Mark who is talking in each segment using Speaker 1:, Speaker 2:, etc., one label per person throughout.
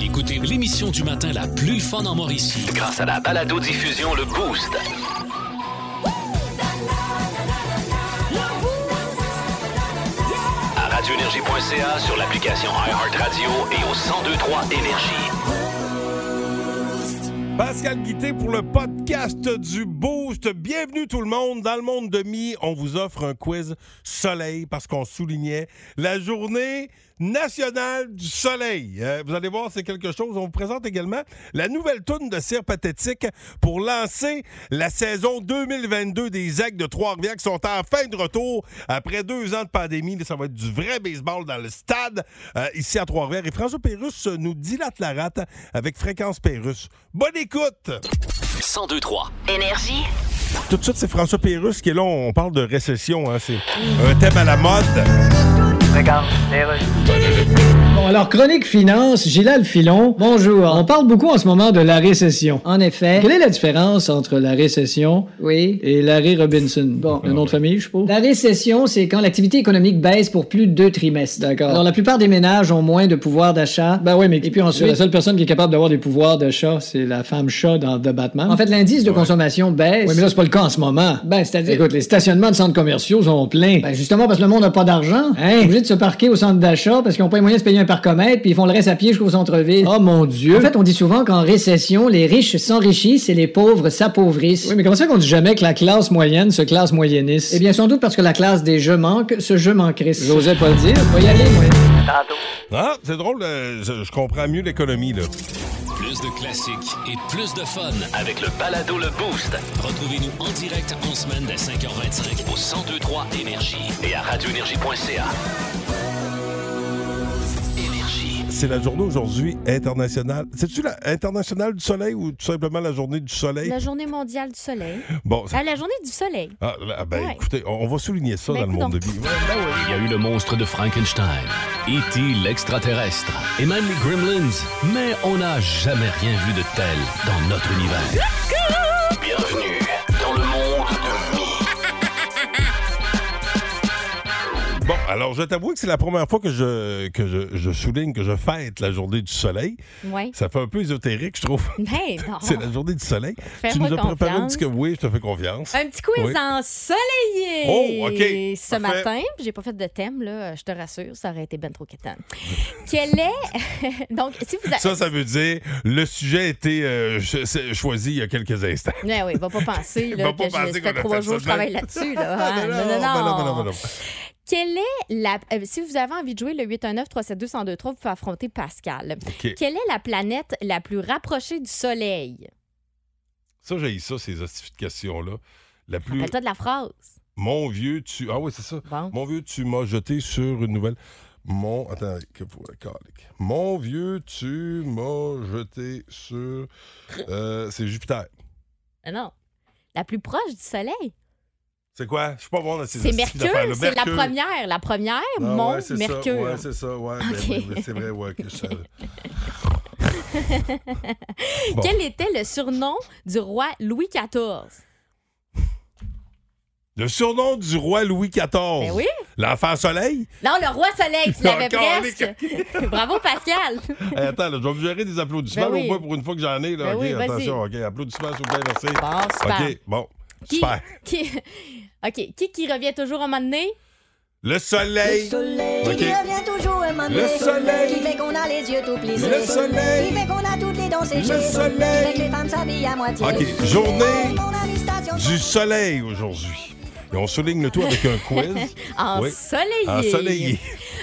Speaker 1: Écoutez l'émission du matin la plus fun en Mauricie.
Speaker 2: Grâce à la balado-diffusion Le Boost. À radioénergie.ca, sur l'application iHeartRadio et au 1023 Énergie.
Speaker 3: Pascal Guité pour le podcast du Boost. Bienvenue tout le monde. Dans le monde de mi, on vous offre un quiz soleil parce qu'on soulignait la journée nationale du soleil. Euh, vous allez voir, c'est quelque chose. On vous présente également la nouvelle toune de Cire Pathétique pour lancer la saison 2022 des Aigles de Trois-Rivières qui sont en fin de retour après deux ans de pandémie. Là, Ça va être du vrai baseball dans le stade euh, ici à Trois-Rivières. Et François Pérusse euh, nous dilate la rate avec Fréquence Pérusse. Bonne écoute!
Speaker 2: 1023.
Speaker 4: Énergie.
Speaker 3: Tout de suite, c'est François Pérusse qui est là. On parle de récession. hein. C'est un thème à la mode.
Speaker 5: Bon, alors, chronique finance, Gilal Filon. Bonjour. On parle beaucoup en ce moment de la récession. En effet. Quelle est la différence entre la récession
Speaker 6: Oui.
Speaker 5: et Larry Robinson? Bon, un nom de famille, je suppose?
Speaker 6: La récession, c'est quand l'activité économique baisse pour plus de deux trimestres.
Speaker 5: D'accord.
Speaker 6: Alors, la plupart des ménages ont moins de pouvoir d'achat.
Speaker 5: Ben oui, mais et puis ensuite,
Speaker 6: Oui.
Speaker 5: la seule personne qui est capable d'avoir des pouvoirs de chat, c'est la femme chat dans The Batman.
Speaker 6: En fait, l'indice de consommation baisse.
Speaker 5: oui, mais là, c'est pas le cas en ce moment.
Speaker 6: Ben, c'est-à-dire.
Speaker 5: Écoute, les stationnements de centres commerciaux sont pleins.
Speaker 6: Ben, justement, parce que le monde n'a pas d'argent. Ils
Speaker 5: Hein?
Speaker 6: sont obligés de se parquer au centre d'achat parce qu'ils n'ont pas les moyens de se payer un parcomètre, puis ils font le reste à pied jusqu'au centre-ville.
Speaker 5: oh mon Dieu!
Speaker 6: En fait, on dit souvent qu'en récession, les riches s'enrichissent et les pauvres s'appauvrissent.
Speaker 5: oui, mais comment ça qu'on dit jamais que la classe moyenne se classe moyenniste?
Speaker 6: Eh bien, sans doute parce que la classe des jeux manque, ce jeu manquerait.
Speaker 5: j'osais pas le dire.
Speaker 6: Faut y aller, moi.
Speaker 3: Ah, c'est drôle. euh, je, je comprends mieux l'économie. là.
Speaker 1: Plus de classiques et plus de fun.
Speaker 2: Avec le balado Le Boost.
Speaker 1: Retrouvez-nous en direct en semaine dès 5h25
Speaker 2: Au 1023 Énergie. Et à radioénergie.ca. Énergie.
Speaker 3: C'est la journée aujourd'hui internationale. C'est-tu la internationale du soleil ou tout simplement la journée du soleil?
Speaker 7: La journée mondiale du soleil.
Speaker 3: Bon, c'est-
Speaker 7: Ah, la journée du soleil.
Speaker 3: ah, là, ben,
Speaker 7: Ouais.
Speaker 3: écoutez, on, on va souligner ça
Speaker 7: Ben,
Speaker 3: dans le monde de
Speaker 7: écoute
Speaker 3: vie. Ouais, ben ouais.
Speaker 1: Il y a eu le monstre de Frankenstein, E.T. E l'extraterrestre et même les Gremlins, mais on n'a jamais rien vu de tel dans notre univers.
Speaker 2: Bienvenue dans le monde de Mi.
Speaker 3: Bon, alors je t'avoue que c'est la première fois que je, que je, je souligne que je fête la journée du soleil.
Speaker 7: Oui.
Speaker 3: Ça fait un peu ésotérique, je trouve.
Speaker 7: Mais non.
Speaker 3: C'est la journée du soleil. tu
Speaker 7: Fais-moi
Speaker 3: nous as préparé un
Speaker 7: confiance.
Speaker 3: petit que oui, je te fais confiance.
Speaker 7: Un petit quiz hein.
Speaker 3: Oui.
Speaker 7: ensoleillé
Speaker 3: Oh, OK.
Speaker 7: ce
Speaker 3: Parfait.
Speaker 7: matin. J'ai pas fait de thème, là, je te rassure, ça aurait été ben trop quétaine. Quel est. Donc, si vous avez.
Speaker 3: Ça, ça veut dire le sujet a été euh, cho- c'est- choisi il y a quelques instants.
Speaker 7: Ouais, oui, va pas penser là,
Speaker 3: Va pas
Speaker 7: que
Speaker 3: penser
Speaker 7: je, ça
Speaker 3: qu'on a
Speaker 7: fait trois
Speaker 3: fait
Speaker 7: jours
Speaker 3: ça
Speaker 7: que je travaille là-dessus. Là, hein.
Speaker 3: Ben
Speaker 7: non, non, non.
Speaker 3: ben non, ben non, ben non.
Speaker 7: Quelle est la. euh, si vous avez envie de jouer le 819-372-1023, vous pouvez affronter Pascal.
Speaker 3: OK.
Speaker 7: Quelle est la planète la plus rapprochée du Soleil?
Speaker 3: Ça, j'ai ça, ces justifications-là. La plus.
Speaker 7: Rappelle-toi Ben, de la phrase.
Speaker 3: Mon vieux, tu. Ah oui, c'est ça.
Speaker 7: Bon.
Speaker 3: Mon vieux, tu m'as jeté sur une nouvelle. Mon. Attends, que vous. calique. Mon vieux, tu m'as jeté sur. euh, c'est Jupiter.
Speaker 7: Ah Non. La plus proche du Soleil?
Speaker 3: C'est quoi? Je suis pas bon dans ces
Speaker 7: C'est
Speaker 3: hosties
Speaker 7: Mercure.
Speaker 3: d'affaires-là.
Speaker 7: C'est la
Speaker 3: Mercure.
Speaker 7: première. La première,
Speaker 3: Ah,
Speaker 7: mon
Speaker 3: ouais, c'est ça,
Speaker 7: Mercure.
Speaker 3: ouais, c'est ça. Ouais, ben,
Speaker 7: Ok.
Speaker 3: ouais, ouais, c'est vrai, ouais. que je savais. Bon.
Speaker 7: Quel était le surnom du roi Louis XIV?
Speaker 3: Le surnom du roi Louis XIV.
Speaker 7: Ben oui.
Speaker 3: L'enfant soleil.
Speaker 7: Non, le roi Soleil, tu l'avais
Speaker 3: Oh. Encore,
Speaker 7: presque. Bravo, Pascal.
Speaker 3: Hey, Eh, attends, là, je vais vous gérer des applaudissements
Speaker 7: Ben oui.
Speaker 3: au moins pour une fois que j'en ai. Là.
Speaker 7: Ben
Speaker 3: OK,
Speaker 7: oui, vas-y.
Speaker 3: attention, OK. Applaudissements, s'il vous plaît, merci.
Speaker 7: Bon, super.
Speaker 3: OK, bon.
Speaker 7: Qui-
Speaker 3: Super.
Speaker 7: Qui... OK. Qui qui revient toujours à un moment donné?
Speaker 3: Le soleil.
Speaker 8: soleil
Speaker 3: Ok.
Speaker 8: qui revient toujours un moment
Speaker 3: Le
Speaker 8: donné,
Speaker 3: soleil.
Speaker 8: Qui fait qu'on a les yeux tout plissés
Speaker 3: Le soleil.
Speaker 8: Qui fait qu'on a toutes les dents séchées
Speaker 3: Le soleil.
Speaker 8: Qui fait que les femmes s'habillent à moitié
Speaker 3: OK,
Speaker 8: Qui
Speaker 3: journée
Speaker 8: fait qu'on a des stations
Speaker 3: du soleil aujourd'hui. Et on souligne le tout avec un quiz.
Speaker 7: Ah,
Speaker 3: Oui. Ah,
Speaker 7: Ensoleillé.
Speaker 3: Ensoleillé.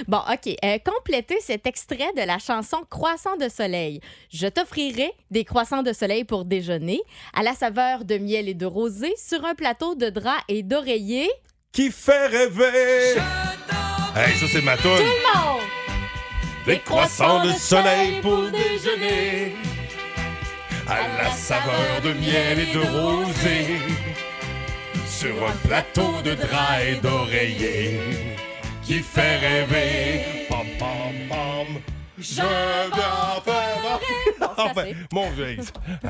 Speaker 7: Bon, OK. Euh, complétez cet extrait de la chanson Croissant de soleil. Je t'offrirai des croissants de soleil pour déjeuner, à la saveur de miel et de rosée, sur un plateau de draps et d'oreillers.
Speaker 3: Qui fait rêver? Hey, ça, c'est ma toune.
Speaker 7: Tout le monde!
Speaker 3: Des croissants de soleil pour déjeuner. À la saveur de miel et de rosée. Sur un plateau de drap et d'oreiller. Qui fait rêver. Pam, pam, pam. Je m'en ferai.
Speaker 7: Bon, c'est
Speaker 3: Ah, ben,
Speaker 7: assez.
Speaker 3: mon Dieu.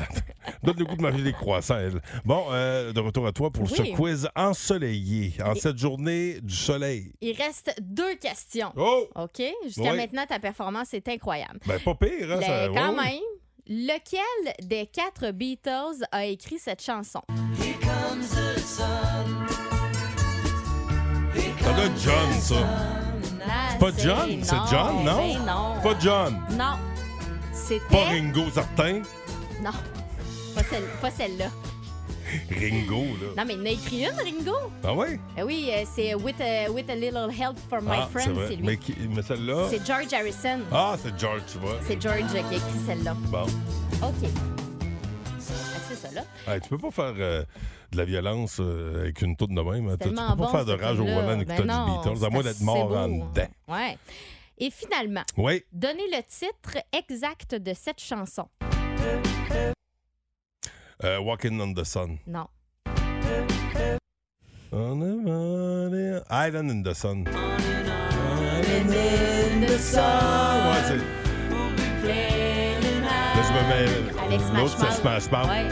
Speaker 3: Donne le goût de manger des croissants, elle. Bon, euh, de retour à toi pour ce
Speaker 7: Oui.
Speaker 3: quiz ensoleillé. En cette journée du soleil.
Speaker 7: Il reste deux questions.
Speaker 3: Oh!
Speaker 7: OK? Jusqu'à
Speaker 3: Oui.
Speaker 7: maintenant, ta performance est incroyable.
Speaker 3: Ben, pas pire, hein,
Speaker 7: Mais
Speaker 3: ça-
Speaker 7: quand
Speaker 3: oh.
Speaker 7: même, lequel des quatre Beatles a écrit cette chanson?
Speaker 3: Ça doit être John, ça.
Speaker 7: Ah, C'est
Speaker 3: pas John, c'est John, non?
Speaker 7: ben non.
Speaker 3: Pas John.
Speaker 7: Non.
Speaker 3: Pas
Speaker 7: C'était.
Speaker 3: Ringo, certain.
Speaker 7: Non. Pas, celle- pas celle-là.
Speaker 3: Ringo, là.
Speaker 7: Non, mais il en a écrit une, Ringo.
Speaker 3: Ah ouais?
Speaker 7: Eh oui, euh, c'est with a, with a Little Help from My
Speaker 3: ah,
Speaker 7: Friends,
Speaker 3: vrai.
Speaker 7: c'est lui.
Speaker 3: Mais, qui- mais celle-là.
Speaker 7: C'est George Harrison.
Speaker 3: Ah, c'est George, tu vois.
Speaker 7: C'est George qui a écrit celle-là.
Speaker 3: Bon.
Speaker 7: OK. Ah, c'est ça, là.
Speaker 3: Hey, tu peux pas faire euh, de la violence euh, avec une toune de même. hein. Tu tu peux
Speaker 7: Tellement
Speaker 3: pas
Speaker 7: bon,
Speaker 3: faire de
Speaker 7: ce
Speaker 3: rage au
Speaker 7: film-là.
Speaker 3: volant avec
Speaker 7: Ben
Speaker 3: t'as du
Speaker 7: non,
Speaker 3: Beatles, à
Speaker 7: c'est
Speaker 3: moins d'être
Speaker 7: assez
Speaker 3: mort
Speaker 7: beau,
Speaker 3: en
Speaker 7: hein.
Speaker 3: dedans.
Speaker 7: Ouais. Et finalement,
Speaker 3: Oui.
Speaker 7: donnez le titre exact de cette chanson.
Speaker 3: Euh, Walking on the Sun.
Speaker 7: Non.
Speaker 3: On a- on a- Island in the Sun. Ouais, c'est. Là, je me
Speaker 7: Avec
Speaker 3: mets. euh, L'autre, c'est Smash Mouth.
Speaker 7: Ouais.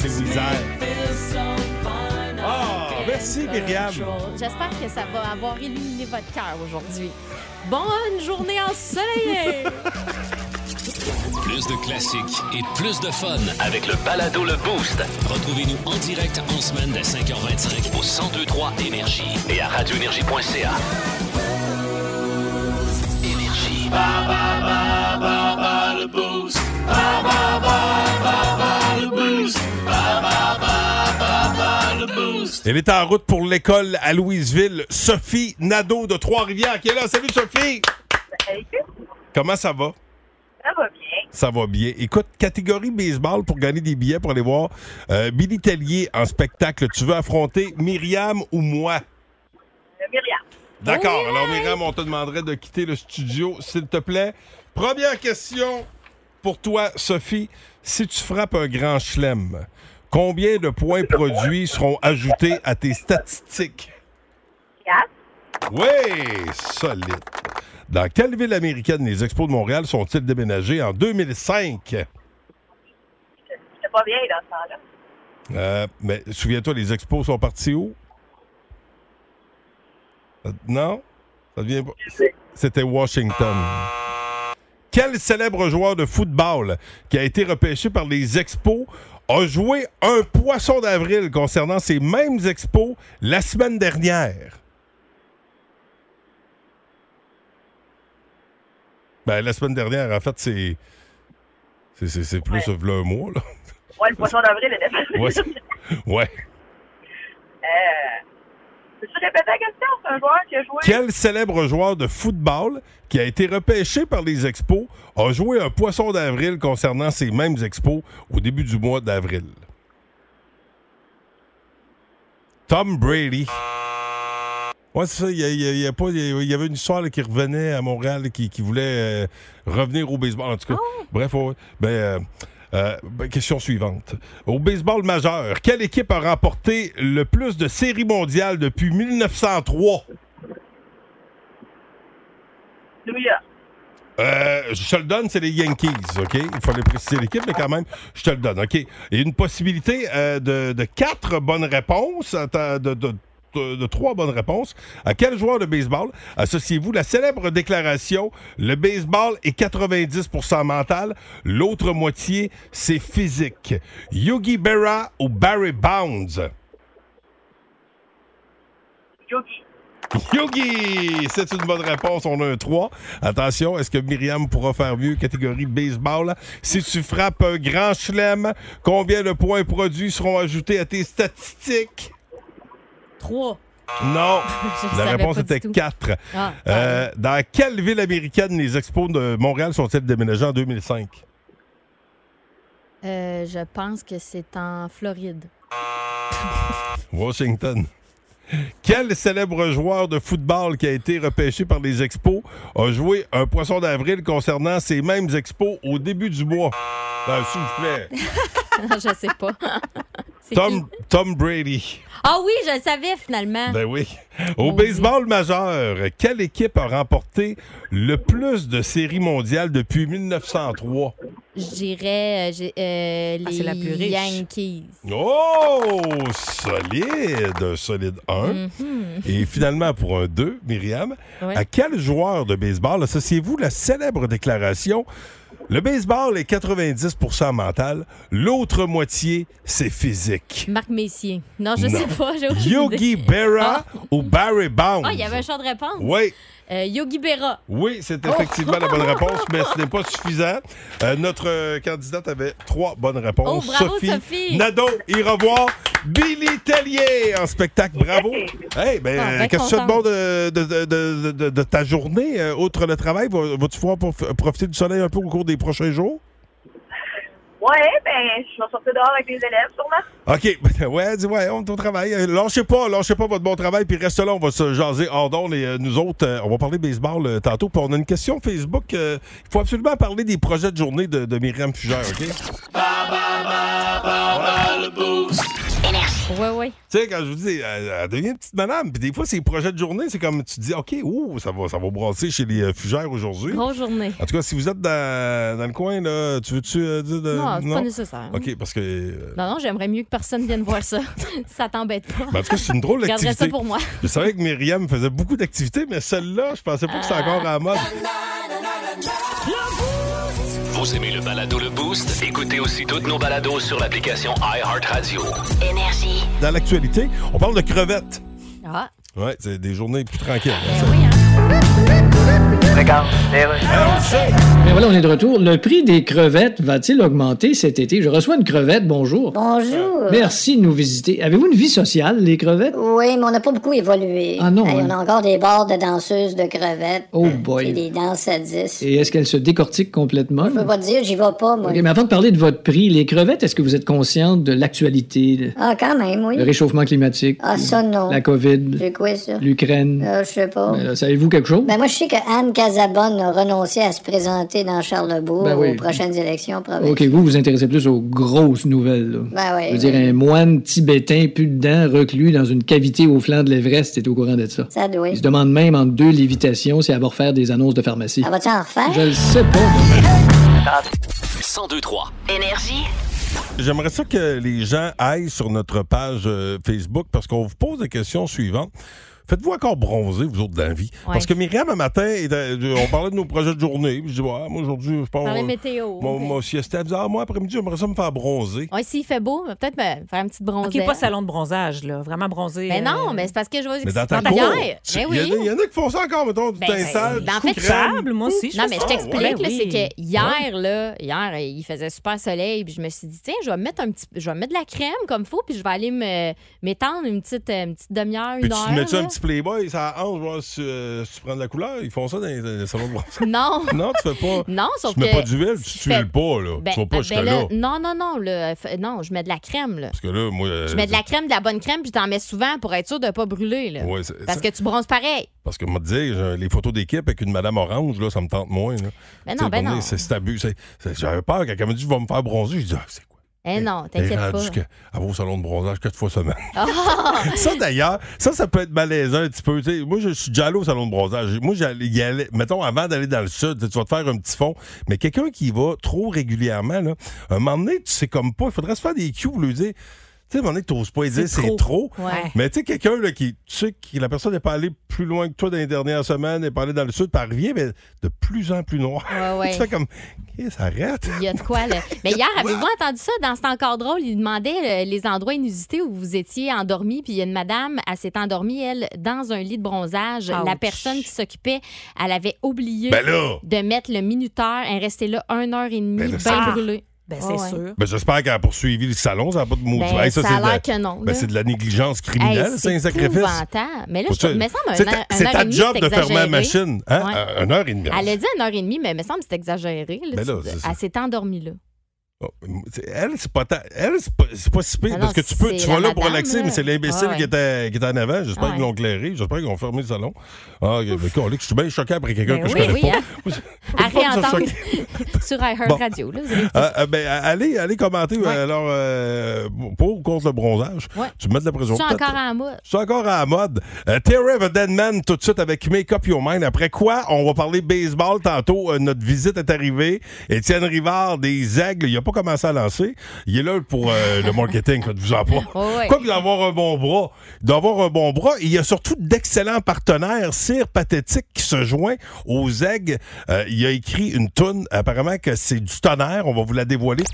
Speaker 3: Ça, C'est Wizard. Ah, merci, Myriam.
Speaker 7: Euh, J'espère que ça va avoir illuminé votre cœur aujourd'hui. Bonne journée ensoleillée!
Speaker 1: Plus de classiques et plus de fun.
Speaker 2: Avec le balado Le Boost
Speaker 1: Retrouvez-nous en direct en semaine dès 5h25
Speaker 2: au 1023 Énergie et à radioénergie.ca. Énergie.
Speaker 3: Elle est en route pour l'école à Louisville. Sophie Nadeau de Trois-Rivières qui est là. Salut Sophie! Comment ça va?
Speaker 4: Ça va bien.
Speaker 3: Ça va bien. Écoute, catégorie baseball pour gagner des billets pour aller voir euh, Billy Tellier en spectacle. Tu veux affronter Myriam ou moi?
Speaker 4: Le Euh, Myriam.
Speaker 3: D'accord. Alors, Myriam, on te demanderait de quitter le studio, s'il te plaît. Première question pour toi, Sophie. Si tu frappes un grand chelem, combien de points produits seront ajoutés à tes statistiques?
Speaker 4: Quatre.
Speaker 3: Oui, solide. Dans quelle ville américaine les Expos de Montréal sont-ils déménagés en 2005?
Speaker 4: J'étais pas bien dans ce temps-là.
Speaker 3: Euh, mais souviens-toi, les Expos sont partis où? Euh, Non? Ça devient pas. C'était Washington. Quel célèbre joueur de football qui a été repêché par les Expos a joué un poisson d'avril concernant ces mêmes Expos la semaine dernière? Ben, la semaine dernière, en fait, c'est. c'est- C'est c'est plus euh, v'là un mois, là.
Speaker 4: Ouais, le poisson d'avril est dépassé.
Speaker 3: Ouais. ouais.
Speaker 4: Euh, Peux-tu répéter la question? C'est un joueur qui a joué.
Speaker 3: Quel célèbre joueur de football qui a été repêché par les Expos a joué un poisson d'avril concernant ces mêmes Expos au début du mois d'avril? Tom Brady. Ouais, c'est ça. Il y, a- il y a- il y a pas- il y a- il y avait une histoire là, qui revenait à Montréal, là, qui, qui voulait euh, revenir au baseball. En tout cas, bref, ouais, ouais. Ben, euh, euh, ben, question suivante. Au baseball majeur, quelle équipe a remporté le plus de séries mondiales depuis 1903?
Speaker 4: New York.
Speaker 3: Euh, je te le donne, c'est les Yankees, OK? Il fallait préciser l'équipe, mais quand même, je te le donne, OK? Et une possibilité euh, de, de quatre bonnes réponses, attends, de, de- de- de trois bonnes réponses. À quel joueur de baseball associez-vous la célèbre déclaration « Le baseball est 90 mental, l'autre moitié, c'est physique. » Yogi Berra ou Barry Bonds?
Speaker 4: Yogi.
Speaker 3: Yogi! C'est une bonne réponse. On a un 3. Attention, est-ce que Myriam pourra faire mieux? Catégorie baseball. Si tu frappes un grand chelem, combien de points produits seront ajoutés à tes statistiques?
Speaker 7: Trois.
Speaker 3: Non!
Speaker 7: Je
Speaker 3: La
Speaker 7: savais
Speaker 3: réponse
Speaker 7: pas du
Speaker 3: était
Speaker 7: tout.
Speaker 3: 4.
Speaker 7: Ah,
Speaker 3: Euh, dans quelle ville américaine les expos de Montréal sont-ils déménagés en 2005?
Speaker 7: euh, je pense que c'est en Floride.
Speaker 3: Washington. Quel célèbre joueur de football qui a été repêché par les expos a joué un poisson d'avril concernant ces mêmes expos au début du mois? Ben, S'il vous plaît.
Speaker 7: je sais pas. C'est qui?
Speaker 3: Tom, Tom Brady.
Speaker 7: Ah oui, je le savais finalement.
Speaker 3: Ben oui. Au
Speaker 7: Mon
Speaker 3: baseball majeur, quelle équipe a remporté le plus de séries mondiales depuis 1903?
Speaker 7: Je dirais euh, j'ai- euh,
Speaker 9: Ah,
Speaker 7: les
Speaker 9: c'est la plus riche.
Speaker 7: Yankees.
Speaker 3: Oh! Solide! Un Solide 1.
Speaker 7: Mhm.
Speaker 3: Et finalement, pour un 2, Myriam,
Speaker 7: Ouais.
Speaker 3: à quel joueur de baseball associez-vous la célèbre déclaration Le baseball est 90 mental, l'autre moitié, c'est physique.
Speaker 7: Marc Messier. Non, je
Speaker 3: Non.
Speaker 7: sais pas, j'ai aucune idée.
Speaker 3: Yogi Berra ou Barry Bonds?
Speaker 7: Ah, il y avait un champ de réponse.
Speaker 3: Oui,
Speaker 7: Euh, Yogi Berra.
Speaker 3: oui, c'est effectivement la bonne réponse, mais ce n'est pas suffisant. Euh, notre euh, candidate avait trois bonnes réponses.
Speaker 7: Oh, bravo, Sophie.
Speaker 3: Nadeau, y revoir. Billy Tellier en spectacle, bravo. Hey, ben,
Speaker 7: Ah, ben
Speaker 3: qu'est-ce que tu as de
Speaker 7: contente.
Speaker 3: bon de, de, de- de- de- de ta journée, euh, outre le travail? Va- Vas-tu pouvoir prof- profiter du soleil un peu au cours des prochains jours?
Speaker 4: Ouais, ben, je vais sortir dehors avec les élèves, sûrement.
Speaker 3: OK. Ouais, dis, ouais, on est au travail. Euh, Lâchez pas, lâchez pas votre bon travail, puis reste là, on va se jaser hors d'onde. Et euh, nous autres, euh, on va parler baseball euh, tantôt. Puis on a une question Facebook. euh, Il faut absolument parler des projets de journée de, de Myriam Fugère, OK?
Speaker 7: Ouais, ouais.
Speaker 3: Tu sais, quand je vous dis, elle, elle devient une petite madame. Puis des fois, ces projets de journée, c'est comme tu te dis, OK, ouh, ça va, ça va brasser chez les euh, Fugères aujourd'hui.
Speaker 7: Grosse journée.
Speaker 3: En tout cas, si vous êtes dans, dans le coin, là, tu veux-tu euh, dire de.
Speaker 7: non, c'est pas nécessaire.
Speaker 3: OK, parce que. euh,
Speaker 7: Non, non, j'aimerais mieux que personne vienne voir ça. ça t'embête pas.
Speaker 3: ben, en tout cas, c'est une drôle
Speaker 7: Garderais ça
Speaker 3: d'activité.
Speaker 7: pour moi.
Speaker 3: Je savais que Myriam faisait beaucoup d'activités, mais celle-là, je pensais pas que c'était encore à la mode.
Speaker 7: Ah.
Speaker 2: Vous aimez le balado Le Boost? Écoutez aussi toutes nos balados sur l'application iHeartRadio.
Speaker 8: Énergie.
Speaker 3: Dans l'actualité, on parle de crevettes.
Speaker 7: Ah,
Speaker 3: Ouais, c'est des journées plus tranquilles.
Speaker 7: ben oui, hein.
Speaker 5: Mais voilà, on est de retour. Le prix des crevettes va-t-il augmenter cet été? Je reçois une crevette, bonjour.
Speaker 8: Bonjour.
Speaker 5: Merci de nous visiter. Avez-vous une vie sociale, les crevettes?
Speaker 8: Oui, mais on n'a pas beaucoup évolué.
Speaker 5: Ah non,
Speaker 8: Hey,
Speaker 5: hein.
Speaker 8: On a encore des bars de danseuses de crevettes.
Speaker 5: Oh
Speaker 8: Et
Speaker 5: boy.
Speaker 8: des danses à 10.
Speaker 5: Et est-ce qu'elles se décortiquent complètement?
Speaker 8: Je peux pas te dire, j'y vais pas, moi.
Speaker 5: OK, mais avant de parler de votre prix, les crevettes, est-ce que vous êtes consciente de l'actualité, le-
Speaker 8: Ah, quand même,
Speaker 5: le
Speaker 8: oui.
Speaker 5: réchauffement climatique,
Speaker 8: Ah, ça, non.
Speaker 5: la COVID,
Speaker 8: C'est quoi, ça?
Speaker 5: l'Ukraine?
Speaker 8: Euh, je sais pas.
Speaker 5: Mais là, Savez-vous quelque chose?
Speaker 8: Ben moi, je sais que Anne Casabonne a renoncé à se présenter dans Charlebourg
Speaker 5: Ben oui.
Speaker 8: aux prochaines élections provinciales.
Speaker 5: OK, vous vous intéressez plus aux grosses nouvelles. là.
Speaker 8: Ben oui.
Speaker 5: Je veux dire, un moine tibétain, plus de dents, reclus dans une cavité au flanc de l'Everest, t'es au courant de ça.
Speaker 8: Ça doit.
Speaker 5: Il se demande même entre deux lévitations si elle va refaire des annonces de pharmacie.
Speaker 8: Ah, vas-tu en refaire?
Speaker 5: Je le sais pas.
Speaker 2: 1023.
Speaker 3: J'aimerais ça que les gens aillent sur notre page euh, Facebook parce qu'on vous pose la question suivante. Faites-vous encore bronzer, vous autres, dans la vie?
Speaker 7: Ouais.
Speaker 3: Parce que Myriam, un matin, est- euh, on parlait de nos projets de journée. puis Je dis, ouais, moi, aujourd'hui, je pense.
Speaker 7: Parler météo.
Speaker 3: Mon, mon sieste, elle dit, ah, moi, après-midi, j'aimerais ça me faire bronzer.
Speaker 7: Ouais, s'il fait beau, peut-être me faire une petite
Speaker 9: OK,
Speaker 7: bronzette.
Speaker 9: pas salon de bronzage, là. Vraiment bronzé.
Speaker 7: Mais
Speaker 9: euh,
Speaker 7: Ben non, mais c'est parce que je vois
Speaker 3: Mais dans ta cour,
Speaker 7: hier.
Speaker 3: tu-
Speaker 7: Mais
Speaker 3: il y en a- il
Speaker 7: Ben oui.
Speaker 3: y, en a qui font ça encore, mettons, du
Speaker 7: Ben,
Speaker 3: teint
Speaker 7: c'est-
Speaker 3: sale,
Speaker 7: ben,
Speaker 3: du
Speaker 7: en
Speaker 3: coup
Speaker 7: fait,
Speaker 3: de crème.
Speaker 9: Table, moi aussi. je
Speaker 7: Non,
Speaker 9: fais
Speaker 7: mais
Speaker 9: ça.
Speaker 7: je t'explique,
Speaker 9: Ben
Speaker 7: là,
Speaker 9: oui.
Speaker 7: c'est que hier, là, hier, il faisait super soleil, puis je me suis dit, tiens, je vais mettre un petit, je vais mettre de la crème comme faut, puis je vais aller me m'étendre une petite, euh, une petite demi-heure,
Speaker 3: Puis
Speaker 7: une
Speaker 3: tu
Speaker 7: heure.
Speaker 3: te mets ça
Speaker 7: là.
Speaker 3: un petit Playboy, ça hanche, voir si, euh, si tu prends de la couleur. Ils font ça dans les, dans les salons de bronzage.
Speaker 7: Non,
Speaker 3: non, tu fais pas.
Speaker 7: non, sauf
Speaker 3: Tu mets
Speaker 7: que-
Speaker 3: pas d'huile,
Speaker 7: si
Speaker 3: tu
Speaker 7: je
Speaker 3: tues
Speaker 7: fais-
Speaker 3: le pas, là.
Speaker 7: Ben,
Speaker 3: tu vas pas
Speaker 7: ben
Speaker 3: jusque-là.
Speaker 7: là, non, non, non, là, f- non, je mets de la crème, là.
Speaker 3: Parce que là, moi. euh,
Speaker 7: Je mets de la crème, de la bonne crème, puis t'en mets souvent pour être sûr de pas brûler, là.
Speaker 3: Ouais, c'est-
Speaker 7: Parce que tu bronzes pareil.
Speaker 3: Parce que, moi, te dire, j'ai- les photos d'équipe avec une madame orange, là, ça me tente moins. Là.
Speaker 7: Ben
Speaker 3: Tu sais,
Speaker 7: non, ben
Speaker 3: à un moment donné,
Speaker 7: non.
Speaker 3: C'est c'est abus. c'est- c'est- J'avais peur quand elle m'a dit, je vais me faire bronzer. J'ai dit, ah, c'est quoi?
Speaker 7: Eh non,
Speaker 3: Elle est
Speaker 7: t'inquiète pas.
Speaker 3: rendue que- elle va au salon de bronzage quatre fois semaine.
Speaker 7: Ah!
Speaker 3: ça, d'ailleurs, ça, ça peut être malaisant un petit peu. tu sais. Moi, je suis déjà allé au salon de bronzage. Moi, j'allais y aller. Mettons, avant d'aller dans le sud, tu vas te faire un petit fond. Mais quelqu'un qui y va trop régulièrement, là, un moment donné, tu sais comme pas. Il faudrait se faire des cues pour lui dire. Tu sais, à un moment donné, t'oses pas lui dire
Speaker 9: C'est
Speaker 3: c'est
Speaker 9: trop.
Speaker 3: trop.
Speaker 7: Ouais.
Speaker 3: Mais tu sais, quelqu'un là, qui, tu sais, que la personne n'est pas allée plus loin que toi dans les dernières semaines, n'est pas allée dans le sud, puis elle revient, mais de plus en plus noir.
Speaker 7: Ouais, ouais.
Speaker 3: tu fais comme, Eh, ça arrête.
Speaker 7: Il y a de quoi, là. Mais hier, avez-vous entendu ça? Dans cet encore drôle, il demandait euh, les endroits inusités où vous étiez endormi. Puis il y a une madame, elle s'est endormie, elle, dans un lit de bronzage. La
Speaker 9: Ouch.
Speaker 7: personne qui s'occupait, elle avait oublié
Speaker 3: Ben là,
Speaker 7: de mettre le minuteur. Elle restait là une heure et demie,
Speaker 3: Ben
Speaker 7: bien
Speaker 3: là, ça-
Speaker 7: brûlée.
Speaker 9: Ben,
Speaker 7: Ouais.
Speaker 9: c'est sûr.
Speaker 3: ben, j'espère qu'elle a poursuivi le salon, ça n'a pas de mot.
Speaker 7: Ben,
Speaker 3: Hey,
Speaker 7: ça,
Speaker 3: c'est
Speaker 7: a
Speaker 3: de la-
Speaker 7: l'air que non.
Speaker 3: ben,
Speaker 7: là.
Speaker 3: c'est de la négligence
Speaker 7: Hey,
Speaker 3: criminelle, c'est un sacrifice.
Speaker 7: épouvantable. Mais là, je
Speaker 3: Faut-tu-
Speaker 7: trouve, me semble, un
Speaker 3: C'est
Speaker 7: heure-
Speaker 3: ta,
Speaker 7: un
Speaker 3: c'est
Speaker 7: heure
Speaker 3: ta
Speaker 7: et demie,
Speaker 3: job
Speaker 7: c'est
Speaker 3: de fermer la
Speaker 7: exagéré.
Speaker 3: machine. Hein?
Speaker 7: Ouais.
Speaker 3: Euh, Une heure et demie.
Speaker 7: Elle a dit une heure et demie, mais il me semble que c'est exagéré. là.
Speaker 3: Ben là,
Speaker 7: Tu-
Speaker 3: c'est ça.
Speaker 7: elle s'est endormie là.
Speaker 3: Oh, c'est- Elle, c'est pas ta- Elle, c'est pas, c'est pas si pire.
Speaker 7: Ah non,
Speaker 3: parce que tu peux,
Speaker 7: c'est
Speaker 3: tu vas
Speaker 7: la
Speaker 3: là pour
Speaker 7: madame,
Speaker 3: relaxer,
Speaker 7: là.
Speaker 3: mais c'est l'imbécile
Speaker 7: Ah ouais.
Speaker 3: qui, était, qui était en avant. J'espère
Speaker 7: Ah
Speaker 3: qu'ils l'ont éclairé. J'espère qu'ils ont fermé le salon. Ah, mais colique, je suis bien choqué après quelqu'un
Speaker 7: Ben
Speaker 3: que je
Speaker 7: oui,
Speaker 3: connais
Speaker 7: oui,
Speaker 3: pas.
Speaker 7: hein.
Speaker 3: pas
Speaker 7: À
Speaker 3: que ça
Speaker 7: réentendre sur iHeartRadio. là, vous allez écouter
Speaker 3: Ah,
Speaker 7: ça.
Speaker 3: ah, ben, allez, allez commenter. Alors, euh, pour ou contre le bronzage,
Speaker 7: Ouais.
Speaker 3: tu mets de la pression.
Speaker 7: C'est
Speaker 3: peut-être.
Speaker 7: encore en mode.
Speaker 3: C'est encore à la mode. Euh, Terry of a Dead Man tout de suite avec Make Up Your Mind. Après quoi, on va parler baseball tantôt. Euh, notre visite est arrivée. Étienne Rivard des Aigles, il n'a pas commencé à lancer. Il est là pour euh, le marketing, faites-vous en pas.
Speaker 7: ouais.
Speaker 3: Quoi qu'il avoir un bon bras. D'avoir un bon bras, il y a surtout d'excellents partenaires. Cire Pathétique qui se joint aux Aigles. Euh, il a écrit une toune, apparemment que c'est du tonnerre. On va vous la dévoiler.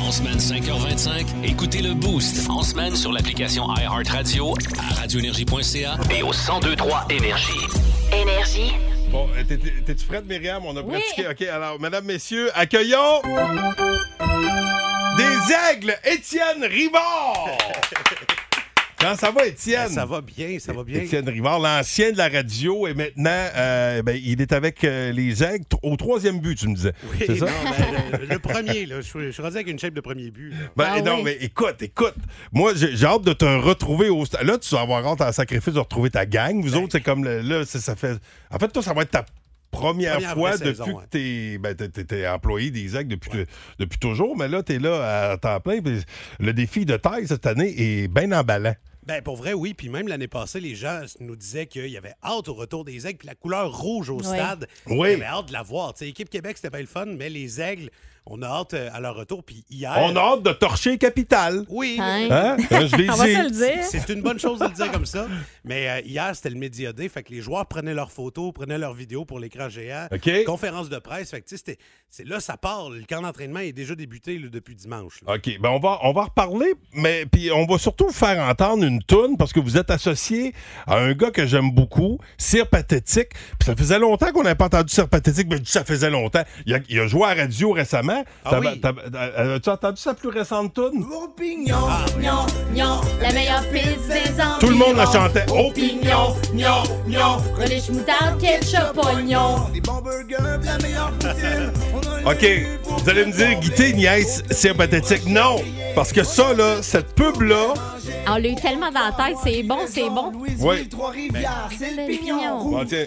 Speaker 2: En semaine 5h25, écoutez le Boost. En semaine sur l'application iHeartRadio, à radioénergie.ca et au 1023 Énergie.
Speaker 10: Énergie.
Speaker 3: Bon, euh, t'es- t'es- t'es-tu prête, Myriam? On a
Speaker 10: Oui.
Speaker 3: pratiqué. OK, alors, mesdames, messieurs, accueillons des aigles, Étienne Rivard! Comment ça va, Étienne?
Speaker 11: Ben, Ça va bien, ça va bien.
Speaker 3: Étienne Rivard, l'ancien de la radio, et maintenant, euh, ben, il est avec euh, les aigles t- au troisième but, tu me disais.
Speaker 11: Oui,
Speaker 3: C'est ça?
Speaker 11: non, ben, le, le premier, là, je, suis- je suis rendu avec une shape de premier but. là.
Speaker 3: Ben, non, mais écoute, écoute. Moi, j'ai j'ai hâte de te retrouver au. sta- Là, tu vas avoir hâte à sacrifice de retrouver ta gang.
Speaker 11: Ben,
Speaker 3: Vous autres, c'est comme. le- là, c'est- ça fait. En fait, toi, ça va être ta première,
Speaker 11: Première
Speaker 3: fois
Speaker 11: vraie
Speaker 3: depuis
Speaker 11: saison,
Speaker 3: que t'es ben, t'es- t'es- t'es employé des actes depuis, depuis toujours. Mais là, t'es là à temps plein. puis Le défi de taille cette année est bien emballant.
Speaker 11: Ben, pour vrai, oui. Puis même l'année passée, les gens nous disaient qu'il y avait hâte au retour des aigles. Puis la couleur rouge au
Speaker 3: Oui.
Speaker 11: stade,
Speaker 3: Oui.
Speaker 11: on avait hâte de la voir. Tu sais, Équipe Québec, c'était bien le fun, mais les aigles, on a hâte euh, à leur retour. Puis hier.
Speaker 3: On a hâte de torcher Capital.
Speaker 11: Oui.
Speaker 3: Hein? Euh, Je l'ai dit.
Speaker 11: C'est une bonne chose de le dire comme ça. Mais euh, hier, c'était le Media Day. Fait que les joueurs prenaient leurs photos, prenaient leurs vidéos pour l'écran géant.
Speaker 3: OK.
Speaker 11: Conférence de presse. Fait que, tu sais, c'était- c'est là, ça part. Le camp d'entraînement est déjà débuté là, depuis dimanche. là.
Speaker 3: OK, ben on va, on va reparler, mais puis on va surtout vous faire entendre une toune parce que vous êtes associé à un gars que j'aime beaucoup, Sir Pathétique. Puis ça faisait longtemps qu'on n'avait pas entendu Sir Pathétique, mais je dis ça faisait longtemps. Il a, il a joué à la radio récemment.
Speaker 11: Ah oui.
Speaker 3: tu euh, entendu sa plus récente toune?
Speaker 10: Ah.
Speaker 7: La meilleure pizza des environs.
Speaker 3: Tout le monde la chantait. Oh,
Speaker 10: Pignon, gnon, gnon.
Speaker 7: Relish moutarde, ketchup, oignon.
Speaker 10: Des bons burgers, de la meilleure poutine.
Speaker 3: OK, vous allez me dire, Guité, nièce, Sir Pathétique. Non, parce que ça, là, cette pub-là,
Speaker 7: Ah, On l'a eu tellement dans la tête, c'est bon, c'est bon.
Speaker 3: Oui.
Speaker 10: Trois-Rivières, c'est le pignon.
Speaker 3: bon, tiens,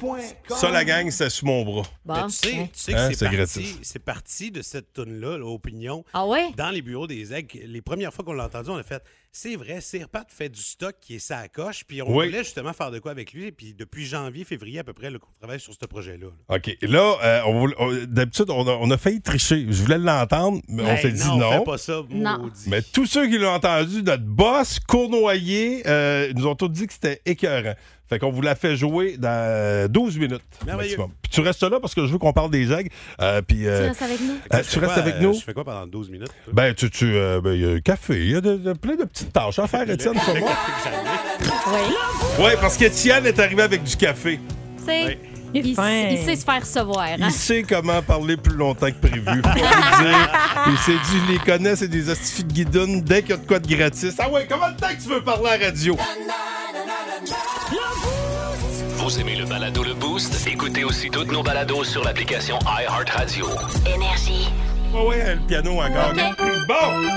Speaker 3: ça, la gang, c'est sous mon bras.
Speaker 11: Mais tu sais, tu sais que
Speaker 3: Hein,
Speaker 11: c'est
Speaker 3: gratis.
Speaker 11: parti, c'est parti de cette toune-là, là, Opinion.
Speaker 7: Ah
Speaker 11: Dans les bureaux des aigles, les premières fois qu'on l'a entendu, on a fait c'est vrai, Sirpat fait du stock qui est sa coche, puis on
Speaker 3: Oui.
Speaker 11: voulait justement faire de quoi avec lui. Puis depuis janvier, février à peu près, là, qu'on travaille sur ce projet-là. là.
Speaker 3: OK. Là, euh, on voulait- on- d'habitude, on a, on a failli tricher. Je voulais l'entendre, mais on
Speaker 11: Hey,
Speaker 3: s'est dit
Speaker 11: Ben non,
Speaker 3: non.
Speaker 11: fais pas ça,
Speaker 7: Non.
Speaker 11: maudit.
Speaker 3: Mais tous ceux qui l'ont entendu, notre boss, Cournoyer, euh, nous ont tous dit que c'était écœurant. Fait qu'on vous l'a fait jouer dans 12 minutes
Speaker 11: Merveilleux.
Speaker 3: maximum. Puis tu restes là parce que je veux qu'on parle des aigles. Euh, puis, euh,
Speaker 7: nous?
Speaker 3: euh, tu restes avec nous?
Speaker 11: Je fais quoi pendant 12 minutes? toi?
Speaker 3: Ben, tu, tu, euh, ben, il y a un café, il y a de- de- plein de petites tâches à faire, Étienne, pour moi. Oui, parce qu'Étienne est arrivé avec du café.
Speaker 7: Tu sais, il,
Speaker 9: fin.
Speaker 7: il sait se faire recevoir. hein.
Speaker 3: Il sait comment parler plus longtemps que prévu. Faut le dire. Il s'est dit, je les connais, c'est des astifies de guidounes. Dès qu'il y a de quoi de gratis. Ah ouais, comment de temps que tu veux parler à la radio?
Speaker 2: Vous aimez le balado Le Boost? Écoutez aussi toutes nos balados sur l'application iHeartRadio.
Speaker 10: Énergie.
Speaker 3: Ah ouais, le piano encore. Bon!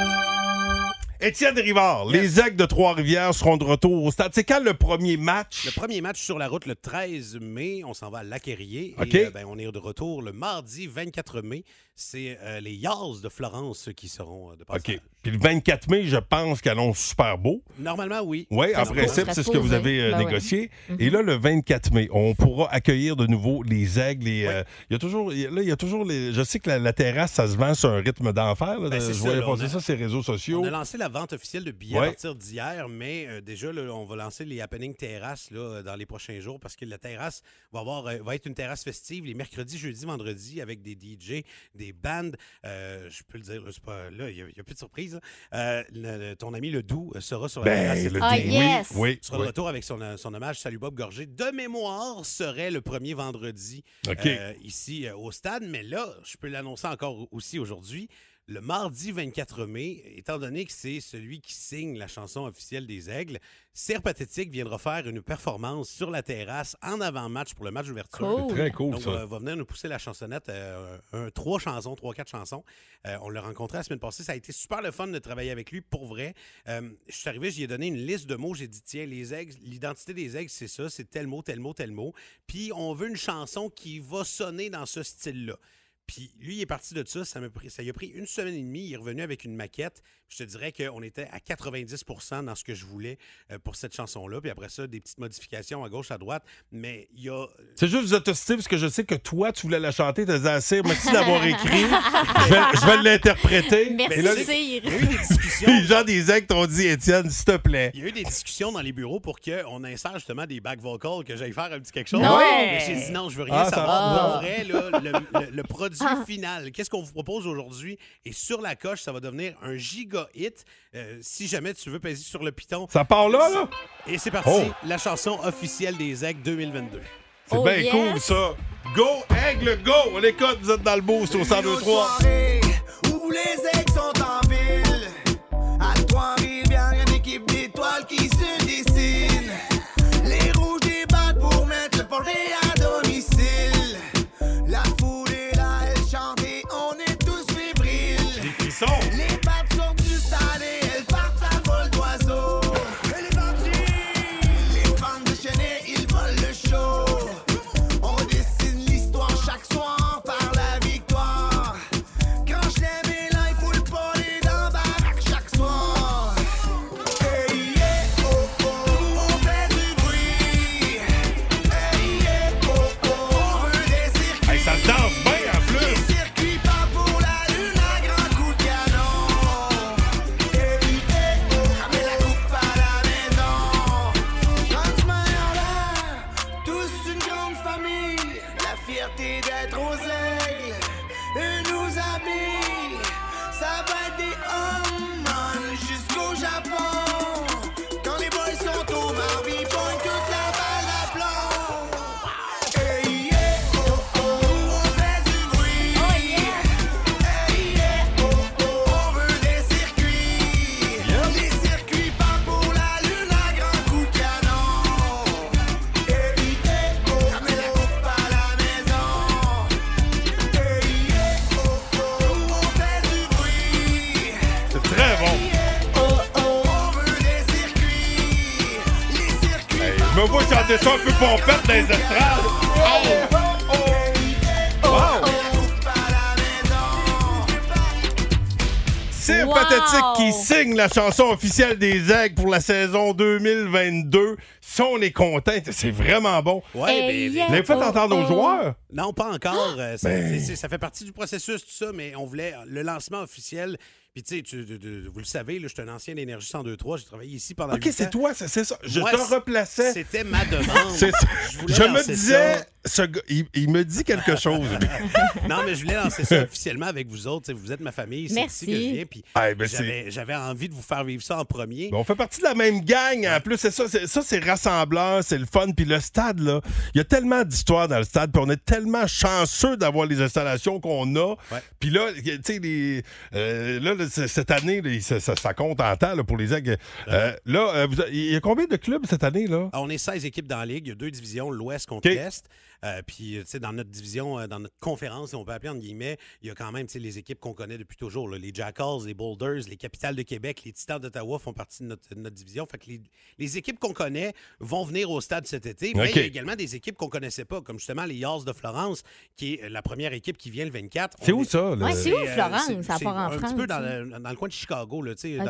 Speaker 3: Étienne Rivard, les Aigles de Trois-Rivières seront de retour au stade. C'est quand le premier match?
Speaker 11: Le premier match sur la route le 13 mai, on s'en va à Laquerrier.
Speaker 3: OK.
Speaker 11: Et euh, ben, on est de retour le mardi 24 mai. C'est euh, les Yards de Florence qui seront euh, de passage.
Speaker 3: OK. Puis le 24 mai, je pense qu'elle annonce super beau.
Speaker 11: Normalement, oui.
Speaker 3: Oui, en
Speaker 11: Ça se
Speaker 3: principe,
Speaker 11: passe.
Speaker 3: c'est ce que vous avez euh,
Speaker 11: Ben ouais.
Speaker 3: négocié.
Speaker 11: Mhm.
Speaker 3: Et là, le 24 mai, on pourra accueillir de nouveau les aigles. et, euh, Il y a toujours, il y a- là, il y a toujours les. Je sais que la, la terrasse, ça se vend sur un rythme d'enfer. là.
Speaker 11: Ben, c'est
Speaker 3: je
Speaker 11: ça,
Speaker 3: voyais
Speaker 11: là,
Speaker 3: passer
Speaker 11: on a-
Speaker 3: ça, ces réseaux sociaux.
Speaker 11: On a lancé la vente officielle de billets
Speaker 3: Ouais.
Speaker 11: à partir d'hier, mais euh, déjà, là, on va lancer les happening terrasses là, euh, dans les prochains jours parce que la terrasse va, avoir, euh, va être une terrasse festive les mercredis, jeudis, vendredis avec des DJ, des bands. Euh, je peux le dire, là, c'est pas- là, il n'y a, il y a plus de surprise. là. Euh, le- le- ton ami Le Doux euh, sera sur la
Speaker 3: Ben,
Speaker 11: terrasse.
Speaker 3: le Ah, Doux, oui, yes. oui,
Speaker 11: Sera de
Speaker 3: oui.
Speaker 11: retour avec son, euh, son hommage Salut Bob Gorgé. De mémoire, serait le premier vendredi euh,
Speaker 3: OK.
Speaker 11: ici euh, au stade. Mais là, je peux l'annoncer encore aussi aujourd'hui. le mardi 24 mai, étant donné que c'est celui qui signe la chanson officielle des Aigles, Sir Pathétique viendra faire une performance sur la terrasse en avant-match pour le match d'ouverture.
Speaker 3: Cool. C'est très cool,
Speaker 11: Donc, euh,
Speaker 3: ça.
Speaker 11: va- va venir nous pousser la chansonnette, euh, un- trois chansons, trois, quatre chansons. Euh, on l'a rencontré la semaine passée. Ça a été super le fun de travailler avec lui, pour vrai. Euh, je suis arrivé, j'y ai donné une liste de mots. J'ai dit, tiens, les aigles, l'identité des aigles, c'est ça, c'est tel mot, tel mot, tel mot. Puis on veut une chanson qui va sonner dans ce style-là. Puis lui, il est parti de ça. Ça, m'a pris, ça lui a pris une semaine et demie. Il est revenu avec une maquette. Je te dirais qu'on était à 90 dans ce que je voulais euh, pour cette chanson-là. Puis après ça, des petites modifications à gauche, à droite. Mais il y a euh,
Speaker 3: C'est juste vous êtes testé parce que je sais que toi, tu voulais la chanter, t'as dit assez, merci d'avoir écrit. je vais, je vais l'interpréter.
Speaker 11: Merci,
Speaker 3: Et là,
Speaker 11: Cyr. Il y a eu des discussions.
Speaker 3: Les gens des actes ont dit, Étienne, s'il te plaît.
Speaker 11: Il y a eu des discussions dans les bureaux pour qu'on insère justement des back vocals, que j'aille faire un petit quelque chose.
Speaker 3: Non.
Speaker 11: Mais j'ai dit non, je veux rien
Speaker 3: Ah, ça va.
Speaker 11: savoir.
Speaker 3: Ah.
Speaker 11: Pour vrai, là, le, le- le produit final, qu'est-ce qu'on vous propose aujourd'hui? Et sur la coche, ça va devenir un giga hit. Euh, si jamais tu veux peser sur le piton.
Speaker 3: Ça part là, là?
Speaker 11: Et c'est parti,
Speaker 3: Oh.
Speaker 11: la chanson officielle des Aigles 2022.
Speaker 3: C'est bien cool, ça. Go, aigle, go! On écoute, vous êtes dans le boost au 102-3.
Speaker 10: soirée où les aigles sont en ville. À Trois-Rivières, y a une équipe d'étoiles qui se dessine. Les rouges débattent pour mettre le porté à domicile. La foule est là, elle chante et on est tous fébriles.
Speaker 3: Les frissons.
Speaker 10: Les pattes sont du stade et elles partent à vol d'oiseau. Elle est partie. Les fans de Chenet, ils volent le show. On dessine l'histoire chaque soir par la victoire. Quand je l'aime et là, il faut le poler dans baraque chaque soir. Hey yeah, oh oh, on fait du bruit. Hey yeah, oh oh, on veut des circuits.
Speaker 3: Hey, ça se danse bien en plus.
Speaker 10: Des circuits pas pour la lune à grands coups de canon. Hey yeah, oh, ramenez la coupe à la maison. Quand tu en l'air. Tous une grande famille, la fierté d'être aux aigles, eux nous habillent. Ça va être des hommes man, jusqu'au Japon. Quand les boys sont au Marvin, pointe toute la balle à plomb. Hey yeah, oh oh, on fait du bruit. Hey yeah, oh oh, on veut des circuits. Des circuits pas pour la lune à grands coups de canon. oh,
Speaker 3: C'est très bon. Hey, je me vois chanter ça un peu pompette dans les estrades. Wow! C'est
Speaker 10: Wow!
Speaker 3: Pathétique qui signe la chanson officielle des Aigles pour la saison 2022. Si on est content, c'est vraiment bon.
Speaker 11: Ouais, mais-
Speaker 3: ben, Vous l'avez fait entendre aux joueurs?
Speaker 11: Non, pas encore. Euh, ça,
Speaker 3: Ben.
Speaker 11: c'est- c'est- ça fait partie du processus, tout ça, mais on voulait le lancement officiel. Puis, tu sais, tu- tu- tu- vous le savez, là, je suis un ancien d'Énergie 102.3. J'ai travaillé ici pendant
Speaker 3: Ok,
Speaker 11: huit
Speaker 3: c'est
Speaker 11: ans.
Speaker 3: toi, c'est c'est ça. Je
Speaker 11: Moi,
Speaker 3: te replaçais.
Speaker 11: C'était ma demande.
Speaker 3: C'est ça.
Speaker 11: voulais
Speaker 3: Je me
Speaker 11: lancer
Speaker 3: disais,
Speaker 11: ça.
Speaker 3: ce gars, il, il me dit quelque chose. lui.
Speaker 11: non, mais je voulais lancer ça officiellement avec vous autres. tu sais, Vous êtes ma famille. C'est
Speaker 7: Merci.
Speaker 11: ici que je viens. Puis
Speaker 3: Ah, ben, c'est-
Speaker 11: j'avais- j'avais envie de vous faire vivre ça en premier.
Speaker 3: Ben, On fait partie de la même gang. hein. En plus, c'est ça, c'est, ça, c'est rassembleur, c'est le fun. Puis le stade, là, il y a tellement d'histoires dans le stade. Puis on est tellement chanceux d'avoir les installations qu'on a. Puis là, tu sais, les, euh, là, là, c- cette année, là, ça, ça- ça compte en temps là, pour les aigles. Euh, là, euh, vous a- il y a combien de clubs cette année, là?
Speaker 11: Uh-huh. Ah, On est 16 équipes dans la ligue. Il y a deux divisions, l'Ouest contre
Speaker 3: OK.
Speaker 11: l'Est. Euh, puis, euh, tu sais, dans notre division, euh, dans notre conférence, si on peut appeler entre guillemets, il y a quand même, tu sais, les équipes qu'on connaît depuis toujours. là. les Jackals, les Boulders, les Capitales de Québec, les Titans d'Ottawa font partie de notre, de notre division. Fait que les, les équipes qu'on connaît vont venir au stade cet été. Mais
Speaker 3: OK.
Speaker 11: il y a également des équipes qu'on connaissait pas, comme justement les Yards de Florence, qui est euh, la première équipe qui vient le 24.
Speaker 3: C'est
Speaker 11: On
Speaker 3: où
Speaker 11: est-
Speaker 3: ça, là? Ouais, c'est
Speaker 7: où,
Speaker 11: euh,
Speaker 7: Florence?
Speaker 11: c'est-
Speaker 7: Ça
Speaker 11: c'est
Speaker 7: part en
Speaker 11: Un
Speaker 7: France,
Speaker 11: petit peu dans,
Speaker 7: hein?
Speaker 11: le, dans le coin de Chicago, là, tu sais,
Speaker 7: OK.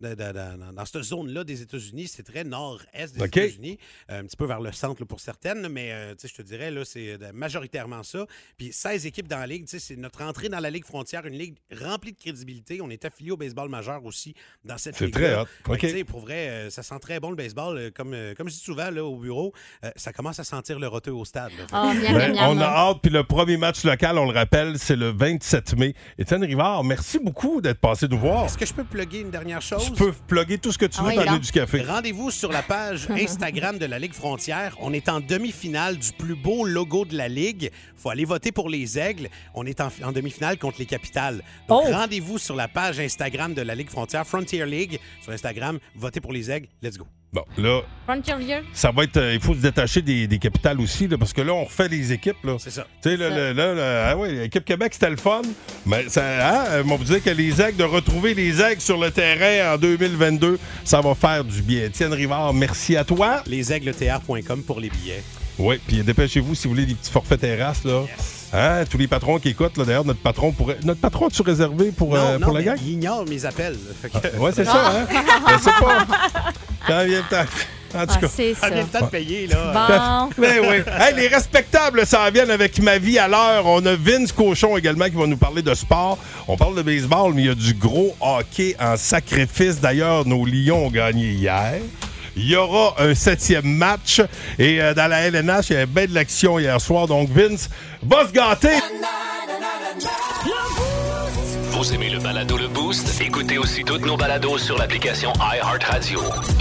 Speaker 11: dans- dans, dans- dans- dans cette zone-là des États-Unis, c'est très nord-est des
Speaker 3: OK.
Speaker 11: États-Unis, euh, un petit peu vers le centre là, pour certaines, mais euh, tu sais, je te dirais, là, c'est euh, majoritairement ça. Puis 16 équipes dans la Ligue, tu sais, c'est notre entrée dans la Ligue frontière, une Ligue remplie de crédibilité. On est affilié au baseball majeur aussi dans cette
Speaker 3: C'est
Speaker 11: ligue
Speaker 3: très hot. OK.
Speaker 11: Pour vrai, euh, ça sent très bon le baseball. euh, Comme, euh, comme je dis souvent là, au bureau, euh, ça commence à sentir le roteux au stade. là.
Speaker 7: Oh, miam,
Speaker 3: Ben,
Speaker 7: miam, miam.
Speaker 3: on a hâte, puis le premier match local, on le rappelle, c'est le 27 mai. Étienne Rivard, merci beaucoup d'être passer nous voir.
Speaker 11: Est-ce que je peux plugger une dernière chose?
Speaker 3: Tu peux plugger tout ce que tu veux dans du café.
Speaker 11: Rendez-vous sur la page Instagram de la Ligue Frontière. On est en demi-finale du plus beau logo de la Ligue. faut aller voter pour les Aigles. On est en, en demi-finale contre les Capitales.
Speaker 7: Oh!
Speaker 11: Donc, rendez-vous sur la page Instagram de la Ligue Frontière, Frontier League, sur Instagram. Votez pour les Aigles. Let's go.
Speaker 3: Bon, là,
Speaker 7: Frontier
Speaker 3: ça va être. euh, il faut se détacher des, des capitales aussi, là, parce que là, on refait les équipes. C'est
Speaker 11: ça.
Speaker 3: Tu sais, là, là, là, là, ah oui, l'équipe Québec, c'était le fun. Mais ça, hein, euh, on vous dire que les aigles, de retrouver les aigles sur le terrain en 2022, ça va faire du bien. Étienne Rivard, merci à toi.
Speaker 11: LesaiglesTR.com pour les billets.
Speaker 3: Oui, puis dépêchez-vous si vous voulez des petits forfaits terrasses. Là. Hein, tous les patrons qui écoutent, là, d'ailleurs, notre patron pourrait. Notre patron, as-tu réservé pour, euh,
Speaker 11: Non, non,
Speaker 3: pour la
Speaker 11: mais
Speaker 3: gang?
Speaker 11: il ignore mes appels. là. Fait que-
Speaker 3: Ouais, c'est ça, hein? Ben, c'est pas. Quand vient le temps. En tout
Speaker 11: Ah,
Speaker 3: cas.
Speaker 11: c'est Quand vient le temps de ça. payer, là.
Speaker 3: Quand-
Speaker 11: Bon.
Speaker 3: Ben oui. Hey, les respectables ça viennent avec ma vie à l'heure. On a Vince Cochon également qui va nous parler de sport. On parle de baseball, mais il y a du gros hockey en sacrifice. D'ailleurs, nos Lions ont gagné hier. Il y aura un septième match. Et euh, dans la LNH, il y avait bien de l'action hier soir. Donc, Vince va se gâter.
Speaker 2: Vous aimez le balado Le Boost? Écoutez aussi toutes nos balados sur l'application iHeartRadio.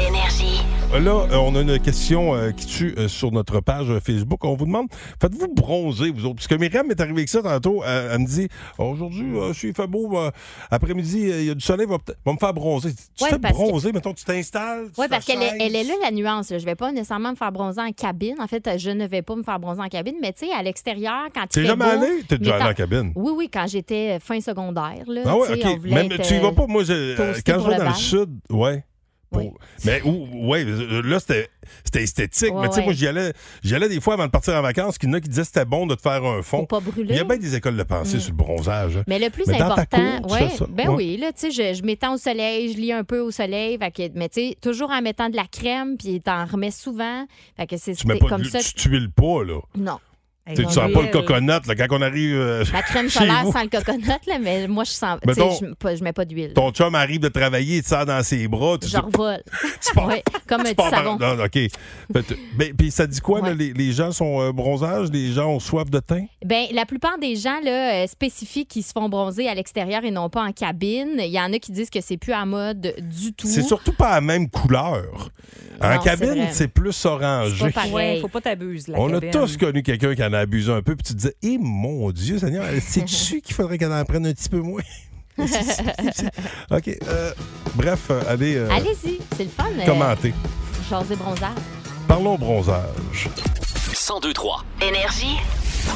Speaker 12: Énergie.
Speaker 3: Là, euh, on a une question euh, qui tue euh, sur notre page euh, Facebook. On vous demande, faites-vous bronzer, vous autres? Parce que Myriam est arrivée avec ça tantôt. Elle, elle me dit, aujourd'hui, euh, s'il fait beau, euh, après-midi, euh, il y a du soleil, va, peut- va me faire bronzer. Tu
Speaker 7: Ouais,
Speaker 3: te fais
Speaker 7: parce que-
Speaker 3: bronzer, mettons, tu t'installes. tu
Speaker 7: Oui, parce qu'elle est,
Speaker 3: t'achètes.
Speaker 7: elle est là la nuance. là. Je vais pas nécessairement me faire bronzer en cabine. En fait, je ne vais pas me faire bronzer en cabine, mais tu sais, à l'extérieur, quand tu
Speaker 3: T'es jamais allé? T'es déjà allé en cabine?
Speaker 7: Oui, oui, quand j'étais euh, fin secondaire. Là,
Speaker 3: Ah ouais,
Speaker 7: tu sais, on
Speaker 3: OK.
Speaker 7: voulait
Speaker 3: Même
Speaker 7: être,
Speaker 3: tu y vas pas, moi, je-
Speaker 7: euh,
Speaker 3: euh,
Speaker 7: toasté
Speaker 3: quand je
Speaker 7: pour
Speaker 3: vais dans le
Speaker 7: bal.
Speaker 3: sud, ouais. Pour- Mais ou- ouais, euh, là, c'était c'était esthétique.
Speaker 7: Ouais,
Speaker 3: mais tu sais, moi,
Speaker 7: ouais.
Speaker 3: j'y allais, j'y allais des fois avant de partir en vacances, qu'il y en a qui disaient que c'était bon de te faire un fond.
Speaker 7: Faut pas brûler.
Speaker 3: Il y a bien des écoles de pensée
Speaker 7: Mm.
Speaker 3: sur le bronzage. hein.
Speaker 7: Mais le plus
Speaker 3: dans ta
Speaker 7: important,
Speaker 3: cour, tu
Speaker 7: ouais,
Speaker 3: fais ça.
Speaker 7: ben
Speaker 3: Ouais.
Speaker 7: oui, là, tu sais, je, je m'étends au soleil, je lis un peu au soleil, fait que- mais tu sais, toujours en mettant de la crème, puis t'en remets souvent, fait que c'est
Speaker 3: Tu mets
Speaker 7: c'est
Speaker 3: pas
Speaker 7: comme
Speaker 3: de,
Speaker 7: ça.
Speaker 3: tu tuiles pas, là.
Speaker 7: Non.
Speaker 3: Tu sais, tu sens pas le coconut, là, quand on arrive. euh,
Speaker 7: La crème
Speaker 3: chez
Speaker 7: solaire
Speaker 3: vous.
Speaker 7: sans le coconut, là, mais moi, je sens, tu sais,
Speaker 3: Mettons-
Speaker 7: je, pas- je mets pas d'huile.
Speaker 3: Ton chum arrive de travailler, il te serre dans ses bras. Tu
Speaker 7: Je revole. Ouais, comme un
Speaker 3: tu
Speaker 7: petit
Speaker 3: pars par-
Speaker 7: savon.
Speaker 3: Non, non, OK. Fait que- ben, Puis ça dit quoi, là, les, les gens sont euh, bronzage, les gens ont soif de teint?
Speaker 7: Ben, la plupart des gens là, euh, spécifiques qui se font bronzer à l'extérieur et non pas en cabine, il y en a qui disent que c'est plus à mode du tout.
Speaker 3: C'est surtout pas la même couleur. En
Speaker 7: Non, c'est
Speaker 3: cabine,
Speaker 7: vrai.
Speaker 3: c'est plus orangé.
Speaker 7: C'est pas pareil.
Speaker 9: Ouais, faut pas t'abuser.
Speaker 3: On a tous connu quelqu'un qui en a abusé un peu, puis tu te disais, eh mon Dieu, Seigneur, c'est dessus qu'il faudrait qu'elle en prenne un petit peu moins. OK. euh, bref, euh, allez, euh,
Speaker 7: Allez-y, c'est le fun. euh,
Speaker 3: commenter.
Speaker 7: jaser bronzage.
Speaker 3: Parlons bronzage.
Speaker 2: 1023.
Speaker 12: Énergie.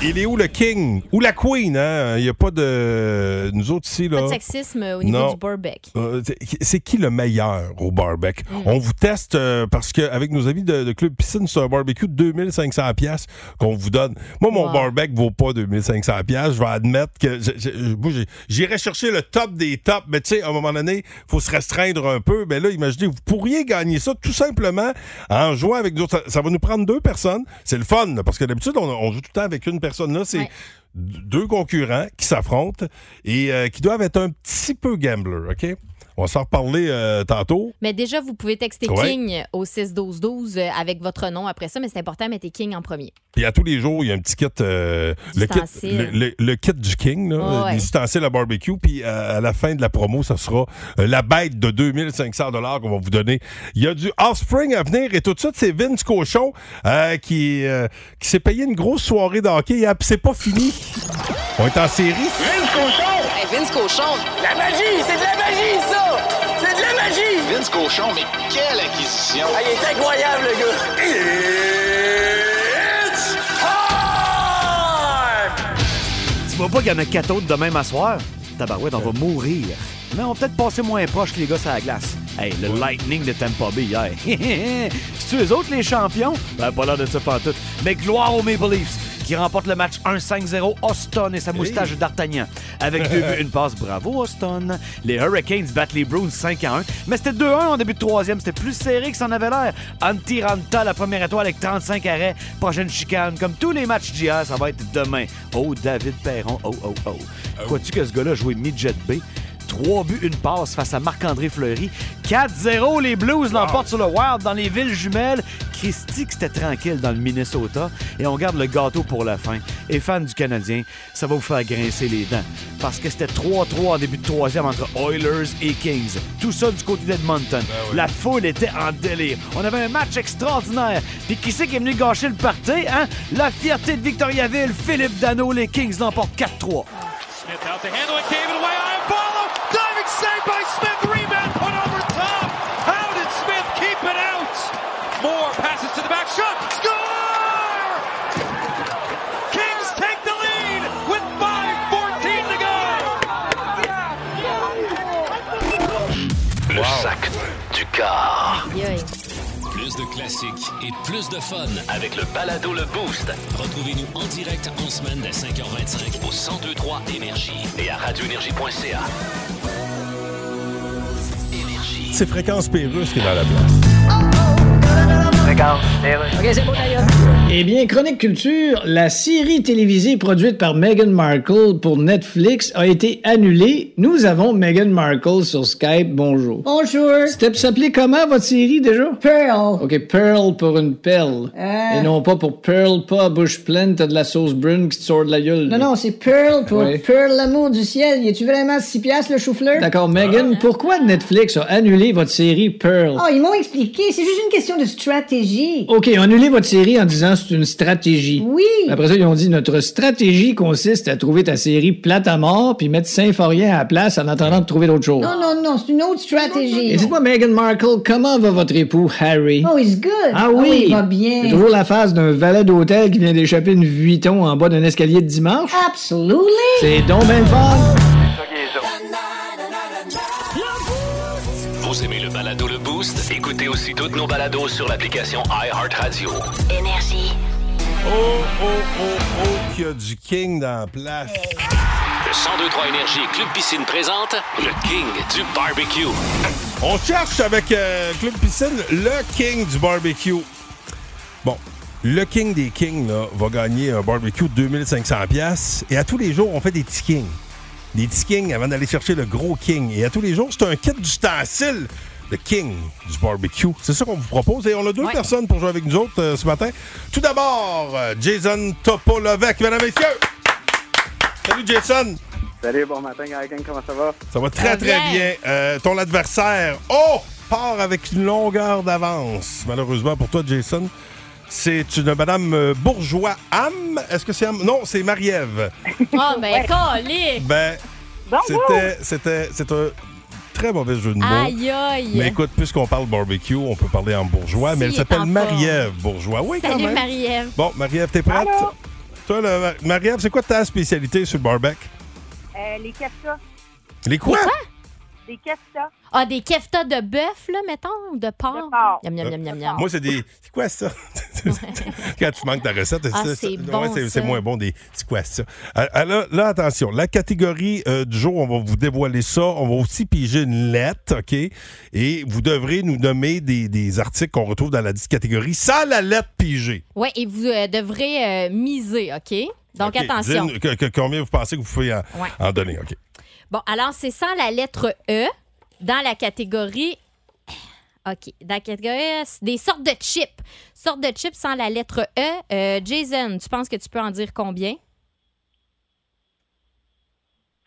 Speaker 3: Il est où le king? Ou la queen, hein? Il n'y a pas de. Nous autres ici, là.
Speaker 7: Pas de sexisme euh, au niveau
Speaker 3: Non.
Speaker 7: du barbec.
Speaker 3: Euh, c'est- c'est qui le meilleur au barbecue?
Speaker 7: Mm.
Speaker 3: On vous teste euh, parce qu'avec nos amis de, de Club Piscine, c'est un barbecue de 2500 pièces qu'on vous donne. Moi, mon
Speaker 7: Wow.
Speaker 3: barbecue vaut pas 2500 pièces. Je vais admettre que je- je- moi, j'ai- j'irai chercher le top des tops, mais tu sais, à un moment donné, faut se restreindre un peu. Mais là, imaginez, vous pourriez gagner ça tout simplement en jouant avec d'autres. Ça, ça va nous prendre deux personnes. C'est le fun, là, parce que d'habitude, on, on joue tout le temps avec une personne. Là, c'est deux concurrents qui s'affrontent et euh, qui doivent être un petit peu gamblers, OK? On va s'en reparler euh, tantôt.
Speaker 7: Mais déjà, vous pouvez texter
Speaker 3: Ouais.
Speaker 7: King au 6-12-12 euh, avec votre nom après ça, mais c'est important, mettez King en premier.
Speaker 3: Puis à tous les jours, il y a un petit kit, euh, le, kit
Speaker 7: Ustensile.
Speaker 3: le, le- le kit du King, là,
Speaker 7: Ouais.
Speaker 3: les ustensiles à barbecue. Puis euh, à, à la fin de la promo, ça sera euh, la bête de 2500 qu'on va vous donner. Il y a du offspring à venir et tout de suite, c'est Vince Cochon euh, qui, euh, qui s'est payé une grosse soirée de hockey. hier, Puis c'est pas fini. On est en série.
Speaker 10: Vince Cochon! Vince Cochon! La magie! C'est de la magie, ça! C'est de la magie! Vince Cochon, mais quelle acquisition! il est incroyable, le gars! It's
Speaker 13: Tu vois pas qu'il y en a quatre autres demain m'asseoir? Tabarouette, on va mourir. Mais on va peut-être passer moins proche que les gars à la glace. Hey, le Lightning de Tampa Bay hier. C'est-tu eux autres les champions? Ben, pas l'air de ça pantoute. Mais gloire aux Maple Leafs qui remportent le match 1-5-0. Austin et sa moustache d'Artagnan. Avec deux buts, une passe. Bravo, Austin. Les Hurricanes battent les Bruins 5-1. Mais c'était 2-1 en début de troisième. C'était plus serré que ça en avait l'air. Antiranta, la première étoile avec 35 arrêts. Prochaine chicane. Comme tous les matchs d'hier,
Speaker 2: Oh.
Speaker 13: ça va être demain. Oh, David Perron. Oh, oh, oh. Crois-tu que ce gars-là a joué midget B? Trois buts, une passe face à Marc-André Fleury. 4-0, les Blues l'emportent sur le Wild dans les villes jumelles. Christy, que c'était tranquille dans le Minnesota. Et on garde le gâteau pour la fin. Et fans du Canadien, ça va vous faire grincer les dents. Parce que c'était 3-3 en début de troisième entre Oilers et Kings. Tout ça du côté
Speaker 1: Ben
Speaker 13: d'Edmonton. La foule était en délire. On avait un match extraordinaire. Puis qui c'est qui est venu gâcher le party, hein? La fierté de Victoriaville, Philippe Dano, les Kings l'emportent 4-3.
Speaker 10: Smith out to handle it, gave it away. Iambolo, diving save by Smith. Rebound put over top. How did Smith keep it out? Moore passes to the back shot. Score! Kings take the lead with 5:14 to go.
Speaker 2: Le sac du car.
Speaker 1: Plus de classiques et plus de fun.
Speaker 2: Avec le balado Le Boost. Retrouvez-nous en direct en semaine dès 5h25 au 1023 Énergie et à radioénergie.ca.
Speaker 3: C'est Fréquence Pérusse qui est dans la place.
Speaker 5: Eh bien, Chronique Culture, la série télévisée produite par Meghan Markle pour Netflix a été annulée. Nous avons Meghan Markle sur Skype. Bonjour.
Speaker 6: Bonjour.
Speaker 5: C'était pour s'appeler comment votre série déjà?
Speaker 6: Pearl.
Speaker 5: OK, Pearl pour une pelle.
Speaker 6: Euh.
Speaker 5: Et non pas pour Pearl, pas à bouche pleine, t'as de la sauce brune qui te sort de la gueule.
Speaker 6: Non, non, c'est Pearl pour
Speaker 5: Ouais.
Speaker 6: Pearl, l'amour du ciel. Y tu vraiment 6 piastres le chou-fleur?
Speaker 5: D'accord, Megan, pourquoi Netflix a annulé votre série Pearl?
Speaker 6: Oh, ils m'ont expliqué. C'est juste une question de stratégie.
Speaker 5: OK, annulé votre série en disant c'est une stratégie.
Speaker 6: Oui.
Speaker 5: Après ça, ils ont dit notre stratégie consiste à trouver ta série plate à mort puis mettre Symphorien à la place en attendant de trouver d'autres choses.
Speaker 6: Non, non, Oh non, c'est une autre stratégie.
Speaker 5: Et dites-moi, Meghan Markle, comment va votre époux Harry?
Speaker 6: Oh, he's good.
Speaker 5: Ah oui!
Speaker 6: il va bien.
Speaker 5: C'est toujours la phase d'un valet d'hôtel qui vient d'échapper une Vuitton en bas d'un escalier de dimanche?
Speaker 8: Ah
Speaker 6: Absolutely!
Speaker 5: C'est donc ben le fun!
Speaker 2: Vous aimez le balado Le Boost? Écoutez aussi toutes nos balados sur l'application iHeartRadio.
Speaker 12: Énergie.
Speaker 3: Oh, oh, oh, oh, qu'il y a du King dans la place.
Speaker 2: Le 1023 Énergie et Club Piscine présente le King du barbecue.
Speaker 3: On cherche avec euh, Club Piscine le King du barbecue. Bon, le King des Kings là, va gagner un barbecue de 2500$ piastres. et à tous les jours, on fait des petits Kings. Des petits Kings avant d'aller chercher le gros King. Et à tous les jours, c'est un kit d'ustensile. Le King du barbecue. C'est ça qu'on vous propose. Et on a deux personnes pour jouer avec nous autres euh, ce matin. Tout d'abord, euh, Jason Topolovec, mesdames et messieurs. Salut, Jason.
Speaker 14: Salut, bon matin, Gagan, comment ça va?
Speaker 3: Ça va très, très bien. Euh, ton adversaire, oh, part avec une longueur d'avance. Malheureusement pour toi, Jason, c'est une madame euh, bourgeois Ham. Est-ce que c'est Ham? Non, c'est Marie-Ève.
Speaker 7: Ah, ben, collé!
Speaker 3: Ben,
Speaker 7: Bonjour.
Speaker 3: c'était, c'était, c'est un très mauvais jeu de mots.
Speaker 7: Aïe, aïe!
Speaker 3: Mais écoute, puisqu'on parle barbecue, on peut parler en bourgeois, mais elle
Speaker 7: Si,
Speaker 3: s'appelle
Speaker 7: enfin.
Speaker 3: Marie-Ève Bourgeois. Oui, quand
Speaker 7: Salut,
Speaker 3: même.
Speaker 7: Marie-Ève.
Speaker 3: Bon, Marie-Ève, t'es prête? Toi, là, Marie-Ève, c'est quoi ta spécialité sur le barbecue?
Speaker 4: Euh, les keftas.
Speaker 3: Les quoi?
Speaker 4: Des keftas.
Speaker 7: Ah, des keftas de bœuf, là, mettons, ou de porc. Miam, miam, miam, miam, miam.
Speaker 3: Euh, Moi, c'est des. C'est quoi ça? Quand tu manques ta recette,
Speaker 7: Ah,
Speaker 3: ça,
Speaker 7: c'est
Speaker 3: ça-
Speaker 7: bon,
Speaker 3: ouais, c'est-
Speaker 7: ça.
Speaker 3: c'est moins bon des. C'est quoi ça? Ah, ah, là, là, attention, la catégorie euh, du jour, on va vous dévoiler ça. On va aussi piger une lettre, OK? Et vous devrez nous nommer des, des articles qu'on retrouve dans la dite catégorie sans la lettre pigée.
Speaker 7: Ouais, et vous euh, devrez euh, miser, OK? Donc,
Speaker 3: OK,
Speaker 7: attention.
Speaker 3: dites-nous que- que- combien vous pensez que vous pouvez en,
Speaker 7: Ouais.
Speaker 3: en donner? OK.
Speaker 7: Bon, alors, c'est sans la lettre E dans la catégorie. OK. Dans la catégorie euh, des sortes de chips. Sortes de chips sans la lettre E. Euh, Jason, tu penses que tu peux en dire combien?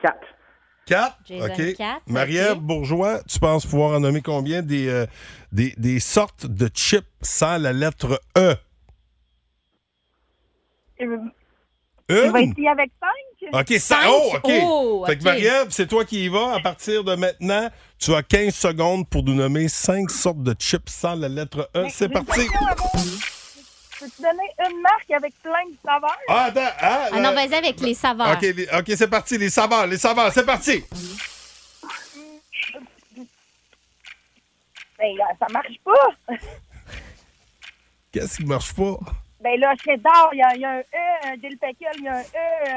Speaker 14: 4.
Speaker 3: 4?
Speaker 7: Jason,
Speaker 3: OK.
Speaker 7: quatre,
Speaker 3: Marie-Ève Bourgeois, tu penses pouvoir en nommer combien des, euh, des, des sortes de chips sans la lettre E?
Speaker 4: Tu vas
Speaker 3: Une?
Speaker 4: essayer avec cinq?
Speaker 3: Euh, OK, ça. Oh, OK. Fait que Marie-Ève, c'est toi qui y vas. À partir de maintenant, tu as 15 secondes pour nous nommer 5 sortes de chips sans la lettre E. C'est parti.
Speaker 4: Peux-tu donner une marque avec plein de saveurs?
Speaker 3: Ah, attends. Ah,
Speaker 7: Ah
Speaker 3: là-
Speaker 7: non, vas-y avec les saveurs.
Speaker 3: OK, les- OK, c'est parti. Les saveurs, les saveurs, c'est parti.
Speaker 4: Ben là, ça marche pas.
Speaker 3: Qu'est-ce qui marche pas?
Speaker 4: Ben là, chez Dor, il y, a- il y a un E, un Dill Pickle, il y a un E, euh,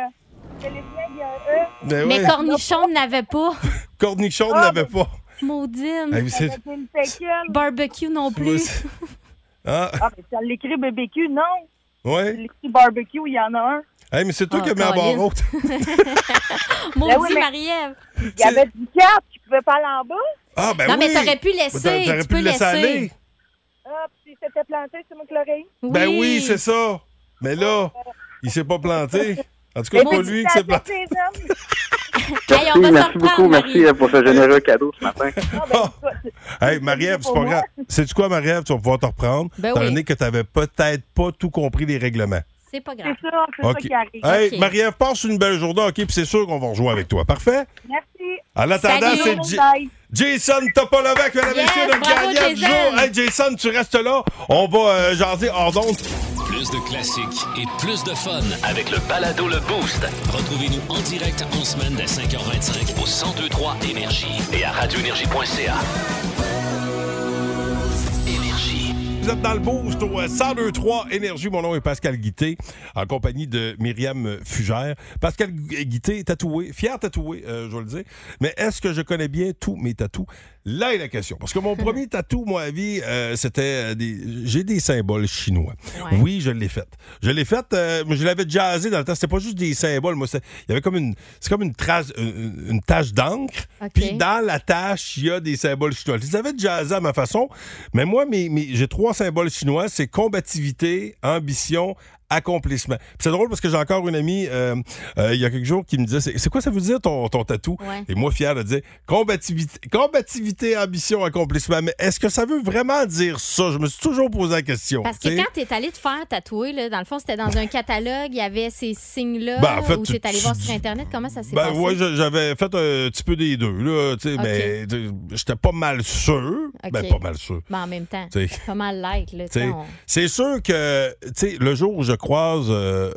Speaker 4: chez les Fnec, il y a un E.
Speaker 3: Mais,
Speaker 7: Mais
Speaker 3: ouais,
Speaker 7: Cornichon n'avait pas.
Speaker 3: Cornichon
Speaker 7: Ah.
Speaker 3: n'avait pas.
Speaker 7: Maudine.
Speaker 3: Ah, mais c'est-
Speaker 7: Barbecue non
Speaker 3: Moi,
Speaker 7: plus.
Speaker 3: c'est- Ah,
Speaker 4: Ah, mais ça l'écrit BBQ, non?
Speaker 3: Oui.
Speaker 4: Les barbecue, il y en a un.
Speaker 3: Hey, mais c'est toi
Speaker 4: Ah,
Speaker 3: qui as mis la barre
Speaker 4: Colin.
Speaker 3: haute.
Speaker 7: Maudit
Speaker 4: Ben oui, mais
Speaker 7: Marie-Ève.
Speaker 4: Il y avait du cap, tu pouvais pas aller en bas.
Speaker 3: Ah, ben
Speaker 7: non, mais
Speaker 3: oui.
Speaker 7: t'aurais pu
Speaker 3: Mais t'a-
Speaker 7: laisser.
Speaker 3: t'aurais
Speaker 7: tu
Speaker 3: pu
Speaker 7: peux
Speaker 3: le laisser
Speaker 7: laisser.
Speaker 3: aller.
Speaker 4: Ah, puis c'était planté, c'est moi qui l'aurais eu.
Speaker 3: Ben oui, c'est ça. Mais là, il s'est pas planté. En tout cas, c'est pas lui qui s'est planté.
Speaker 4: Hey,
Speaker 3: on va
Speaker 4: se
Speaker 3: s'en
Speaker 4: reprendre,
Speaker 8: merci beaucoup, merci
Speaker 4: Marie.
Speaker 8: euh, pour ce généreux cadeau ce matin.
Speaker 3: Ah! Hey, Marie-Ève, Ben, c'est pas grave. Sais-tu quoi, Marie-Ève? Tu vas pouvoir te reprendre.
Speaker 7: Ben
Speaker 3: étant
Speaker 7: oui.
Speaker 3: donné que tu n'avais peut-être pas tout compris les règlements.
Speaker 7: C'est pas grave.
Speaker 4: C'est ça, c'est
Speaker 3: OK.
Speaker 4: ça qui arrive.
Speaker 3: Hey, Marie-Ève, passe une belle journée, OK? Puis c'est sûr qu'on va rejouer avec toi. Parfait?
Speaker 4: Merci.
Speaker 3: En attendant, c'est J- Jason Topolovac, mesdames et
Speaker 4: Yes,
Speaker 3: messieurs, le
Speaker 4: bravo,
Speaker 3: gagnant du
Speaker 4: Jason.
Speaker 3: jour. Hey, Jason, tu restes là. On va euh, jaser hors d'onde.
Speaker 2: Plus de classiques et plus de fun avec le balado Le Boost. Retrouvez-nous en direct en semaine dès 5h25 au 1023 Énergie et à radioénergie.ca.
Speaker 3: Vous êtes dans le boost au euh, 1023 Énergie. Mon nom est Pascal Guité, en compagnie de Myriam Fugère. Pascal Gu- euh, Guité est tatoué, fier tatoué, euh, je vais le dire. Mais est-ce que je connais bien tous mes tatous? Là est la question. Parce que mon premier tatou, moi, à vie, euh, c'était euh, des. J'ai des symboles chinois. Oui, je l'ai fait. Je l'ai fait, euh, mais je l'avais jazzé dans le temps. C'était pas juste des symboles. Moi, c'est- il y avait comme une. C'est comme une trace, euh, une, une tache d'encre.
Speaker 12: OK.
Speaker 3: Puis dans la tâche, il y a des symboles chinois. Je les avais jazzés à ma façon, mais moi, mes, mes- j'ai trois symboles chinois. C'est combativité, ambition, accomplissement. Puis c'est drôle parce que j'ai encore une amie, euh, euh, il y a quelques jours, qui me disait, c'est c'est quoi ça veut dire ton, ton tatou?
Speaker 12: Ouais.
Speaker 3: Et moi, fier de dire, combativité, combativité, ambition, accomplissement. Mais est-ce que ça veut vraiment dire ça? Je me suis toujours posé la question.
Speaker 7: Parce que
Speaker 3: tu sais.
Speaker 7: quand t'es allé te faire tatouer, là, dans le fond, c'était dans un catalogue, il y avait ces signes-là,
Speaker 3: Ben, en fait,
Speaker 7: ou
Speaker 3: tu-
Speaker 7: t'es allé
Speaker 3: tu-
Speaker 7: voir sur Internet, comment ça s'est
Speaker 3: Ben
Speaker 7: passé?
Speaker 3: ouais, je- j'avais fait un petit peu des deux, là, tu sais,
Speaker 7: Ok.
Speaker 3: mais tu sais, j'étais pas mal sûr.
Speaker 7: OK.
Speaker 3: Ben, pas mal sûr.
Speaker 7: Ben, en même temps,
Speaker 3: T'sais.
Speaker 7: pas mal light, là,
Speaker 3: T'sais,
Speaker 7: t'sais, on-
Speaker 3: C'est sûr que t'sais, le jour où je croise euh,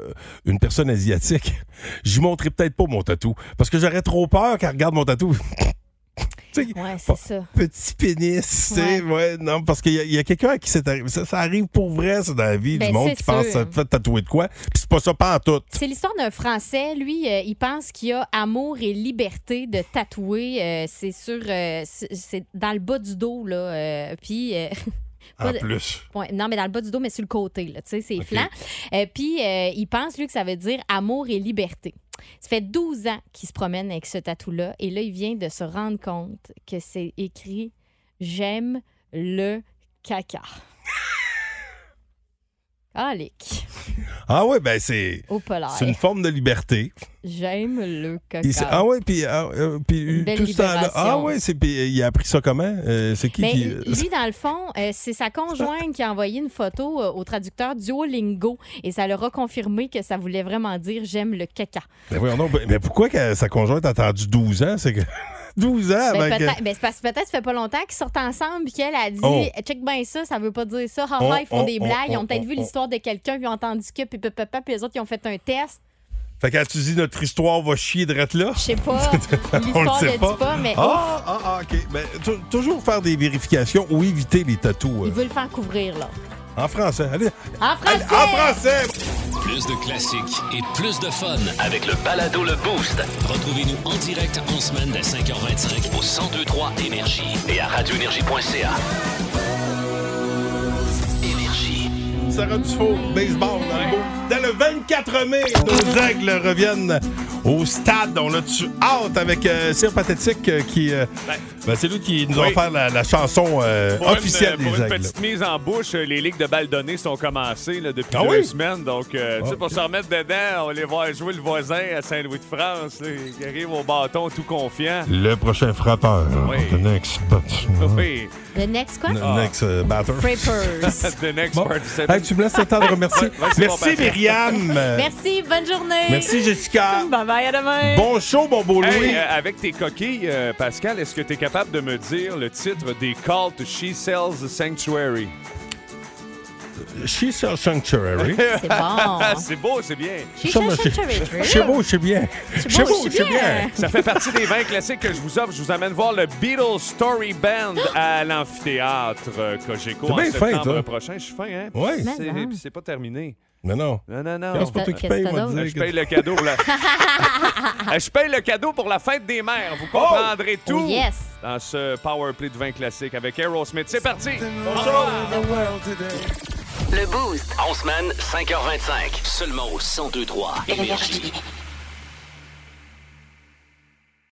Speaker 3: une personne asiatique, j'y montrerai peut-être pas mon tatou. Parce que j'aurais trop peur qu'elle regarde mon tatou. T'sais,
Speaker 7: Ouais, c'est ça.
Speaker 3: Petit pénis, tu sais, ouais, non, parce qu'il y a, il y a quelqu'un à qui c'est arrivé. Ça, ça arrive pour vrai, ça, dans la vie
Speaker 7: Ben,
Speaker 3: du monde
Speaker 7: c'est
Speaker 3: qui pense
Speaker 7: sûr.
Speaker 3: ça te fait tatouer de quoi. Puis c'est pas ça, pas en tout.
Speaker 7: C'est l'histoire d'un Français. Lui, euh, il pense qu'il y a amour et liberté de tatouer. Euh, c'est sur. euh, c'est- c'est dans le bas du dos, là. euh, puis. euh,
Speaker 3: En
Speaker 7: pas de-
Speaker 3: plus.
Speaker 7: Ouais, non, mais dans le bas du dos, mais sur le côté, là. Tu sais, c'est flanc. Euh, puis, euh, il pense, lui, que ça veut dire amour et liberté. Ça fait 12 ans qu'il se promène avec ce tatou-là. Et là, il vient de se rendre compte que c'est écrit J'aime le caca. Calique.
Speaker 3: Ah ouais, ben c'est.
Speaker 7: Au polaire.
Speaker 3: C'est une forme de liberté.
Speaker 7: J'aime le caca.
Speaker 3: Il s'est- ah ouais, puis ah, euh, puis
Speaker 7: Une belle
Speaker 3: tout ce temps-là. Ah
Speaker 7: libération. Ben,
Speaker 3: ouais, c'est, puis, euh, il a appris ça comment? Euh, c'est qui
Speaker 7: Mais
Speaker 3: qui.
Speaker 7: lui, dans le fond, euh, c'est sa conjointe qui a envoyé une photo euh, au traducteur Duolingo et ça leur a confirmé que ça voulait vraiment dire j'aime le caca.
Speaker 3: Ben voyons donc, ben- mais pourquoi que sa conjointe a attendu 12 ans? C'est que 12 ans
Speaker 7: Ben,
Speaker 3: avec...
Speaker 7: peut-être, ben, c'est parce que peut-être ça fait pas longtemps qu'ils sortent ensemble puis qu'elle a dit
Speaker 3: Oh.
Speaker 7: check ben ça, ça veut pas dire ça. Ha,
Speaker 3: On-
Speaker 7: ha, ils font
Speaker 3: on-
Speaker 7: des
Speaker 3: on-
Speaker 7: blagues, ils
Speaker 3: on-
Speaker 7: ont peut-être
Speaker 3: on-
Speaker 7: vu
Speaker 3: on-
Speaker 7: l'histoire de quelqu'un, puis ils ont entendu que puis papa, puis les autres ils ont fait un test.
Speaker 3: Fait que quand tu dis notre histoire va chier de là... Je
Speaker 7: sais pas.
Speaker 3: On le
Speaker 7: L'histoire
Speaker 3: sait
Speaker 7: le dit
Speaker 3: pas.
Speaker 7: pas, mais
Speaker 3: Ah,
Speaker 7: ouf.
Speaker 3: ah, ah, OK. Ben, tou- toujours faire des vérifications ou éviter les tatous.
Speaker 7: oh, Il
Speaker 3: euh,
Speaker 7: veut le faire couvrir là.
Speaker 3: En français. Allez.
Speaker 7: En français!
Speaker 3: En français!
Speaker 2: Plus de classiques et plus de fun avec le balado Le Boost. Retrouvez-nous en direct en semaine dès 5h25 au 1023 Énergie et à radioénergie.ca.
Speaker 3: Sarah Dufault, baseball dans le bout. Dès le 24 mai, nos aigles reviennent au stade. On l'a-tu hâte avec euh, Sir Pathétique euh, qui... euh, ben, c'est lui qui nous a
Speaker 15: Oui.
Speaker 3: offert la, la chanson euh,
Speaker 15: Pour une-
Speaker 3: officielle
Speaker 15: pour
Speaker 3: des
Speaker 15: une
Speaker 3: aigles.
Speaker 15: petite mise en bouche, euh, les ligues de balles données sont commencées là, depuis
Speaker 3: Ah
Speaker 15: deux
Speaker 3: oui?
Speaker 15: semaines. Donc, euh, tu sais, pour se remettre dedans, on les voit jouer le voisin à Saint-Louis-de-France. là, Ils arrivent au bâton tout confiant.
Speaker 3: Le prochain frappeur.
Speaker 15: Oui.
Speaker 3: The next batsman.
Speaker 15: Oui.
Speaker 7: The next quoi?
Speaker 3: The
Speaker 15: Ah.
Speaker 3: next euh, batter.
Speaker 7: Frappers.
Speaker 15: The next
Speaker 3: Bon.
Speaker 15: participant.
Speaker 3: Hey, tu me laisses le temps de remercier.
Speaker 15: Ouais, ouais, c'est bon,
Speaker 3: Merci,
Speaker 15: Patrick.
Speaker 3: Myriam. Euh,
Speaker 7: Merci, bonne journée.
Speaker 3: Merci, Jessica.
Speaker 7: Bye bye à demain.
Speaker 3: Bon show, bon beau Louis.
Speaker 15: Hey, euh, avec tes coquilles, euh, Pascal, est-ce que tu es capable de me dire le titre des Call to She Sells Sanctuary? euh.
Speaker 3: She's a sanctuary.
Speaker 15: C'est
Speaker 7: Ah.
Speaker 15: bon. Ah, c'est beau, c'est bien.
Speaker 3: She sells a sanctuary. C'est beau, c'est bien. C'est beau, c'est bien.
Speaker 15: Ça fait partie des vins classiques que je vous offre. Je vous amène voir le Beatles Story Band à l'amphithéâtre euh, Cogeco
Speaker 3: T'es
Speaker 15: en
Speaker 3: bien fin,
Speaker 15: septembre
Speaker 3: toi.
Speaker 15: prochain. Je suis fin, hein?
Speaker 3: Ouais. Mais
Speaker 15: C'est-
Speaker 3: non.
Speaker 15: C'est pas terminé.
Speaker 3: Mais non.
Speaker 15: Non, non, non.
Speaker 3: C'est pas toi qui paye, moi,
Speaker 15: Je paye le cadeau. Là. je paye le cadeau pour la fête des mères. Vous comprendrez tout
Speaker 7: Oh, yes.
Speaker 15: dans ce Power Play de vin classique avec Aerosmith. C'est parti!
Speaker 10: Bonjour.
Speaker 2: Le Boost. En semaine, 5h25. Seulement au 1023 Énergie.